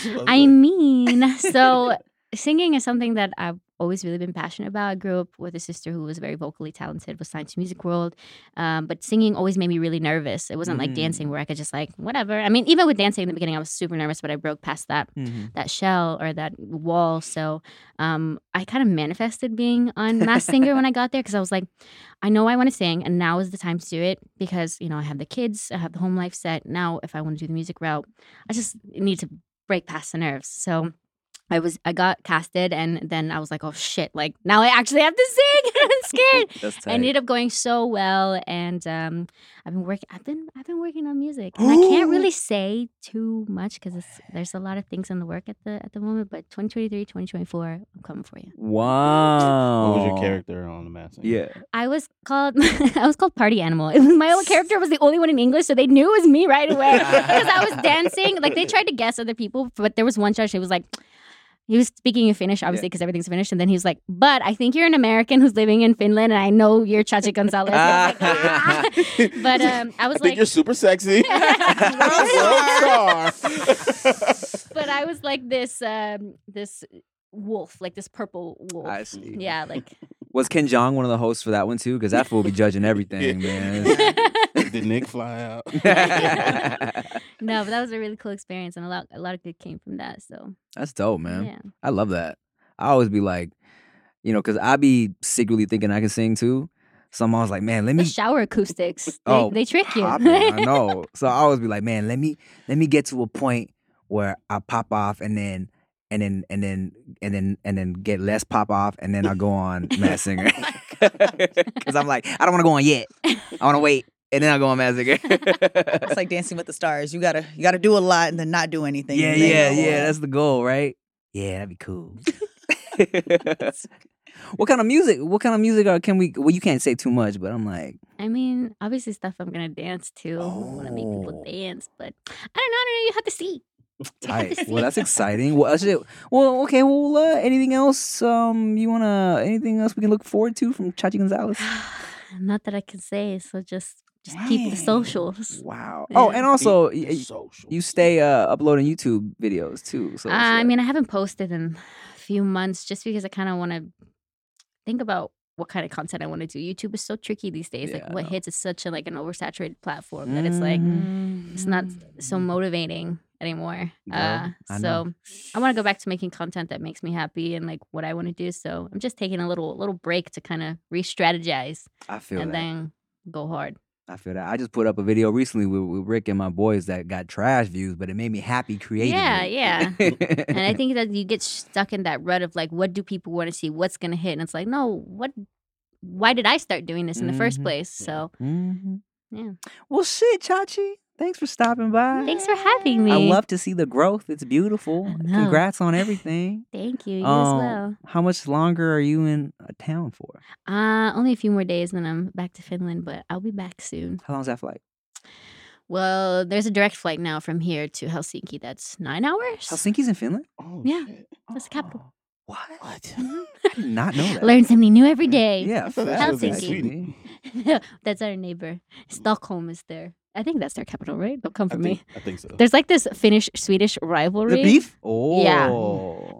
Speaker 1: singing?
Speaker 2: I mean, so singing is something that I've always really been passionate about. I grew up with a sister who was very vocally talented, was signed to Music World, um, but singing always made me really nervous. It wasn't like
Speaker 1: Mm.
Speaker 2: dancing where I could just like whatever. I mean, even with dancing in the beginning, I was super nervous, but I broke past that
Speaker 1: Mhm.
Speaker 2: that shell or that wall. So um, I kind of manifested being on Mass Singer when I got there because I was like, I know I want to sing, and now is the time to do it because you know I have the kids, I have the home life set. Now, if I want to do the music route, I just need to break past the nerves. So. I was I got casted and then I was like, oh shit, like now I actually have to sing. I'm scared.
Speaker 1: That's
Speaker 2: I
Speaker 1: tight.
Speaker 2: ended up going so well and um I've been working I've been I've been working on music. And I can't really say too much cuz there's a lot of things in the work at the at the moment, but 2023, 2024, I'm coming for you.
Speaker 1: wow.
Speaker 5: What was your character on the mask? Singer?
Speaker 1: Yeah.
Speaker 2: I was called I was called party animal. It was my own character was the only one in English, so they knew it was me right away because I was dancing. Like they tried to guess other people, but there was one judge who was like. He was speaking in Finnish, obviously, because everything's Finnish. And then he was like, "But I think you're an American who's living in Finland, and I know you're Chachi Gonzalez." And I was like, "Ah." But um, I was
Speaker 5: I think
Speaker 2: like,
Speaker 5: you're super sexy. World star.
Speaker 2: but I was like this um, this wolf, like this purple wolf.
Speaker 1: I see.
Speaker 2: Yeah, like
Speaker 1: Was Ken Jong one of the hosts for that one too? Because that fool be judging everything, man.
Speaker 5: Did Nick fly out?
Speaker 2: no, but that was a really cool experience, and a lot a lot of good came from that. So
Speaker 1: That's dope, man.
Speaker 2: yeah.
Speaker 1: I love that. I always be like, you know, because I be secretly thinking I can sing too. So I'm always like, man, let me.
Speaker 2: the shower acoustics. They,
Speaker 1: Oh,
Speaker 2: they trick you.
Speaker 1: popping, I know. So I always be like, man, let me let me get to a point where I pop off and then and then and then and then and then get less pop off and then I go on Mad Singer because I'm like, I don't want to go on yet. I want to wait and then I go on Mad Singer.
Speaker 3: It's like Dancing with the Stars. You gotta you gotta do a lot and then not do anything.
Speaker 1: Yeah,
Speaker 3: and then
Speaker 1: yeah,
Speaker 3: go
Speaker 1: yeah.
Speaker 3: on.
Speaker 1: That's the goal, right? Yeah, that'd be cool. what kind of music? What kind of music are, can we? Well, you can't say too much, but I'm like,
Speaker 2: I mean, obviously stuff I'm gonna dance to. I want to make people
Speaker 1: Oh.
Speaker 2: dance, but I don't know. I don't know. You have to see. You have to
Speaker 1: tight.
Speaker 2: see.
Speaker 1: well, that's exciting. Well, actually, well, okay. Well, uh, anything else? Um, you wanna anything else we can look forward to from Chachi Gonzalez?
Speaker 2: Not that I can say. So just just keep the
Speaker 1: Dang.
Speaker 2: socials.
Speaker 1: Wow. Oh, and also, y- y-
Speaker 5: social.
Speaker 1: you stay uh, uploading YouTube videos too. So,
Speaker 2: Uh, I mean, I haven't posted in a few months just because I kind of want to think about what kind of content I want to do. YouTube is so tricky these days.
Speaker 1: Yeah,
Speaker 2: like,
Speaker 1: I
Speaker 2: what
Speaker 1: know. Mm-hmm.
Speaker 2: hits is such a like an oversaturated platform that it's like it's not so motivating anymore.
Speaker 5: Yeah,
Speaker 2: uh,
Speaker 1: I know.
Speaker 2: so I want to go back to making content that makes me happy and like what I want to do. So I'm just taking a little little break to kind of re-strategize
Speaker 1: I feel
Speaker 2: and
Speaker 1: that.
Speaker 2: then go hard.
Speaker 1: I feel that. I just put up a video recently with, with Rick and my boys that got trash views, but it made me happy creating.
Speaker 2: Yeah,
Speaker 1: it.
Speaker 2: yeah. and I think that you get stuck in that rut of like, what do people want to see? What's gonna hit? And it's like, no, what? Why did I start doing this in the first
Speaker 1: Mhm.
Speaker 2: place? So
Speaker 1: Mhm.
Speaker 2: Yeah.
Speaker 1: Well, shit, Chachi. Thanks for stopping by.
Speaker 2: thanks for having me.
Speaker 1: I love to see the growth. It's beautiful.
Speaker 2: I know.
Speaker 1: Congrats on everything.
Speaker 2: Thank you. You
Speaker 1: Um,
Speaker 2: as well.
Speaker 1: How much longer are you in a town for?
Speaker 2: Uh, only a few more days, then I'm back to Finland, but I'll be back soon.
Speaker 1: How long's that flight?
Speaker 2: Well, there's a direct flight now from here to Helsinki. That's nine hours.
Speaker 1: Helsinki's in Finland.
Speaker 5: Oh,
Speaker 2: Yeah.
Speaker 5: shit.
Speaker 2: That's the capital.
Speaker 1: Oh, What?
Speaker 5: What?
Speaker 1: I did not know that.
Speaker 2: Learn something new every day.
Speaker 1: Yeah,
Speaker 5: thought that was in
Speaker 1: facts,
Speaker 2: Helsinki.
Speaker 5: Sweden.
Speaker 1: actually.
Speaker 2: that's our neighbor. Stockholm is there. I think that's their capital, right? Don't come
Speaker 5: I
Speaker 2: for
Speaker 5: think,
Speaker 2: me.
Speaker 5: I think so.
Speaker 2: There's like this Finnish Swedish rivalry.
Speaker 1: The beef. Oh.
Speaker 2: Yeah.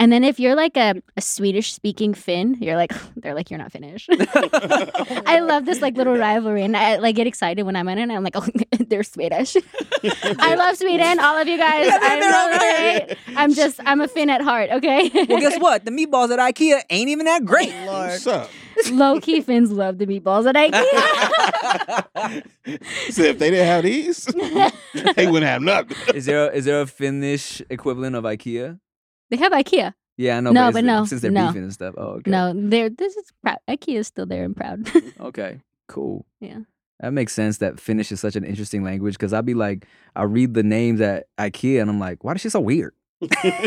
Speaker 2: And then if you're like a, a Swedish speaking Finn, you're like they're like you're not Finnish. I love this like little rivalry, and I like get excited when I'm in it. And I'm like, oh, they're Swedish. I love Sweden, all of you guys.
Speaker 1: Yeah, they're-
Speaker 2: I'm,
Speaker 1: they're
Speaker 2: so
Speaker 1: all right.
Speaker 2: great. I'm just I'm a Finn at heart. Okay.
Speaker 1: well, guess what? The meatballs at IKEA ain't even that great.
Speaker 3: Lord.
Speaker 5: What's up?
Speaker 2: Low key Finns love the meatballs at IKEA.
Speaker 5: So if they didn't have these, they wouldn't have nothing.
Speaker 1: is there is there a Finnish equivalent of IKEA?
Speaker 2: they have IKEA.
Speaker 1: Yeah, I know.
Speaker 2: No,
Speaker 1: but, is it-
Speaker 2: but no,
Speaker 1: Since they're
Speaker 2: no.
Speaker 1: beefing and stuff. Oh, okay.
Speaker 2: No, they're this is proud. IKEA is still there and proud.
Speaker 1: Okay. Cool.
Speaker 2: Yeah.
Speaker 1: That makes sense that Finnish is such an interesting language because I'd be like, I read the names at IKEA and I'm like, why is she so weird?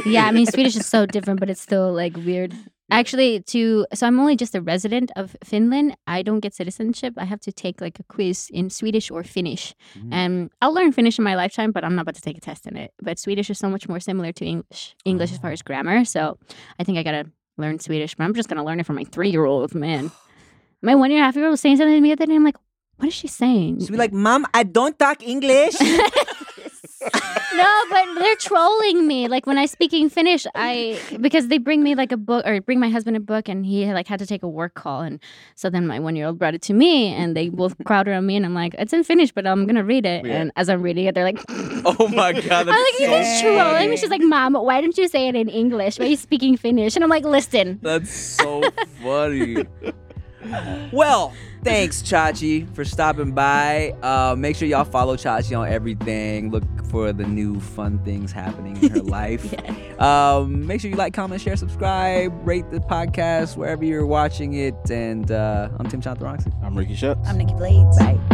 Speaker 2: yeah, I mean Swedish is so different, but it's still like weird. Actually, to so I'm only just a resident of Finland. I don't get citizenship. I have to take like a quiz in Swedish or Finnish,
Speaker 1: Mm.
Speaker 2: and I'll learn Finnish in my lifetime. But I'm not about to take a test in it. But Swedish is so much more similar to English, English as far as grammar. So I think I gotta learn Swedish, but I'm just gonna learn it from my three year old man. My one year and a half year old was saying something to me the other day. and I'm like, what is she saying?
Speaker 1: She'd be like, Mom, I don't talk English.
Speaker 2: no, but they're trolling me. Like when I speak in Finnish, I because they bring me like a book or bring my husband a book, and he like had to take a work call, and so then my one year old brought it to me, and they both crowd around me, and I'm like, it's in Finnish, but I'm gonna read it,
Speaker 5: Yeah.
Speaker 2: and as I'm reading it, they're like.
Speaker 1: oh my God.
Speaker 2: I'm like, you're just
Speaker 3: so
Speaker 2: trolling
Speaker 3: funny.
Speaker 2: me. She's like, Mom, why don't you say it in English? Why are you speaking Finnish? And I'm like, listen,
Speaker 1: That's so funny. Well, thanks, Chachi, for stopping by. Uh, make sure y'all follow Chachi on everything. Look for the new fun things happening in her life. um, make sure you like, comment, share, subscribe, rate the podcast wherever you're watching it. And uh, I'm Tim Chantharoxy.
Speaker 5: I'm Ricky Shucks.
Speaker 3: I'm Nikki Blades. Bye.